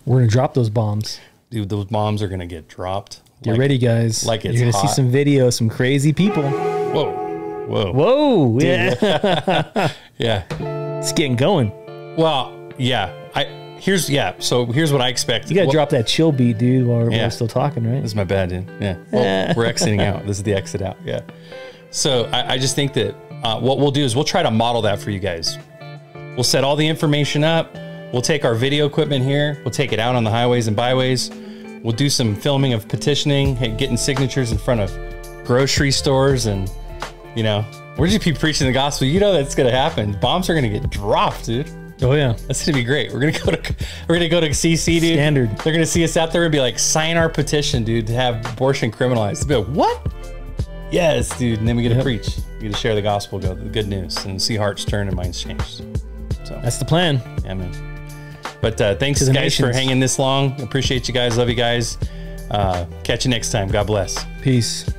We're gonna drop those bombs.
Dude, those bombs are going to get dropped.
Get
Like-
ready, guys.
like it's
You're gonna
hot.
see some video, some crazy people.
Whoa. Whoa.
Whoa. Yeah.
Yeah.
it's getting going.
Well, yeah. I here's yeah. So here's what I expect.
You gotta
Well-
drop that chill beat, dude, while we're-
Yeah.
we're still talking, right?
This is my bad, dude. Yeah. Well, we're exiting out. This is the exit out. Yeah. So I, I just think that uh, what we'll do is we'll try to model that for you guys. We'll set all the information up. We'll take our video equipment here. We'll take it out on the highways and byways. We'll do some filming of petitioning and getting signatures in front of grocery stores. And, you know, we're just be preaching the gospel. You know that's going to happen. Bombs are going to get dropped, dude.
Oh yeah.
That's gonna be great. We're gonna go to we're gonna go to CC, dude.
Standard.
They're gonna see us out there and be like, sign our petition, dude, to have abortion criminalized. They'll be like, what? Yes, dude. And then we get to preach. We get to share the gospel, go the good news, and see hearts turn and minds changed.
That's the plan.
Amen. But uh, thanks,
To
guys, for
the nations.
hanging this long. Appreciate you guys. Love you guys. Uh, catch you next time. God bless.
Peace.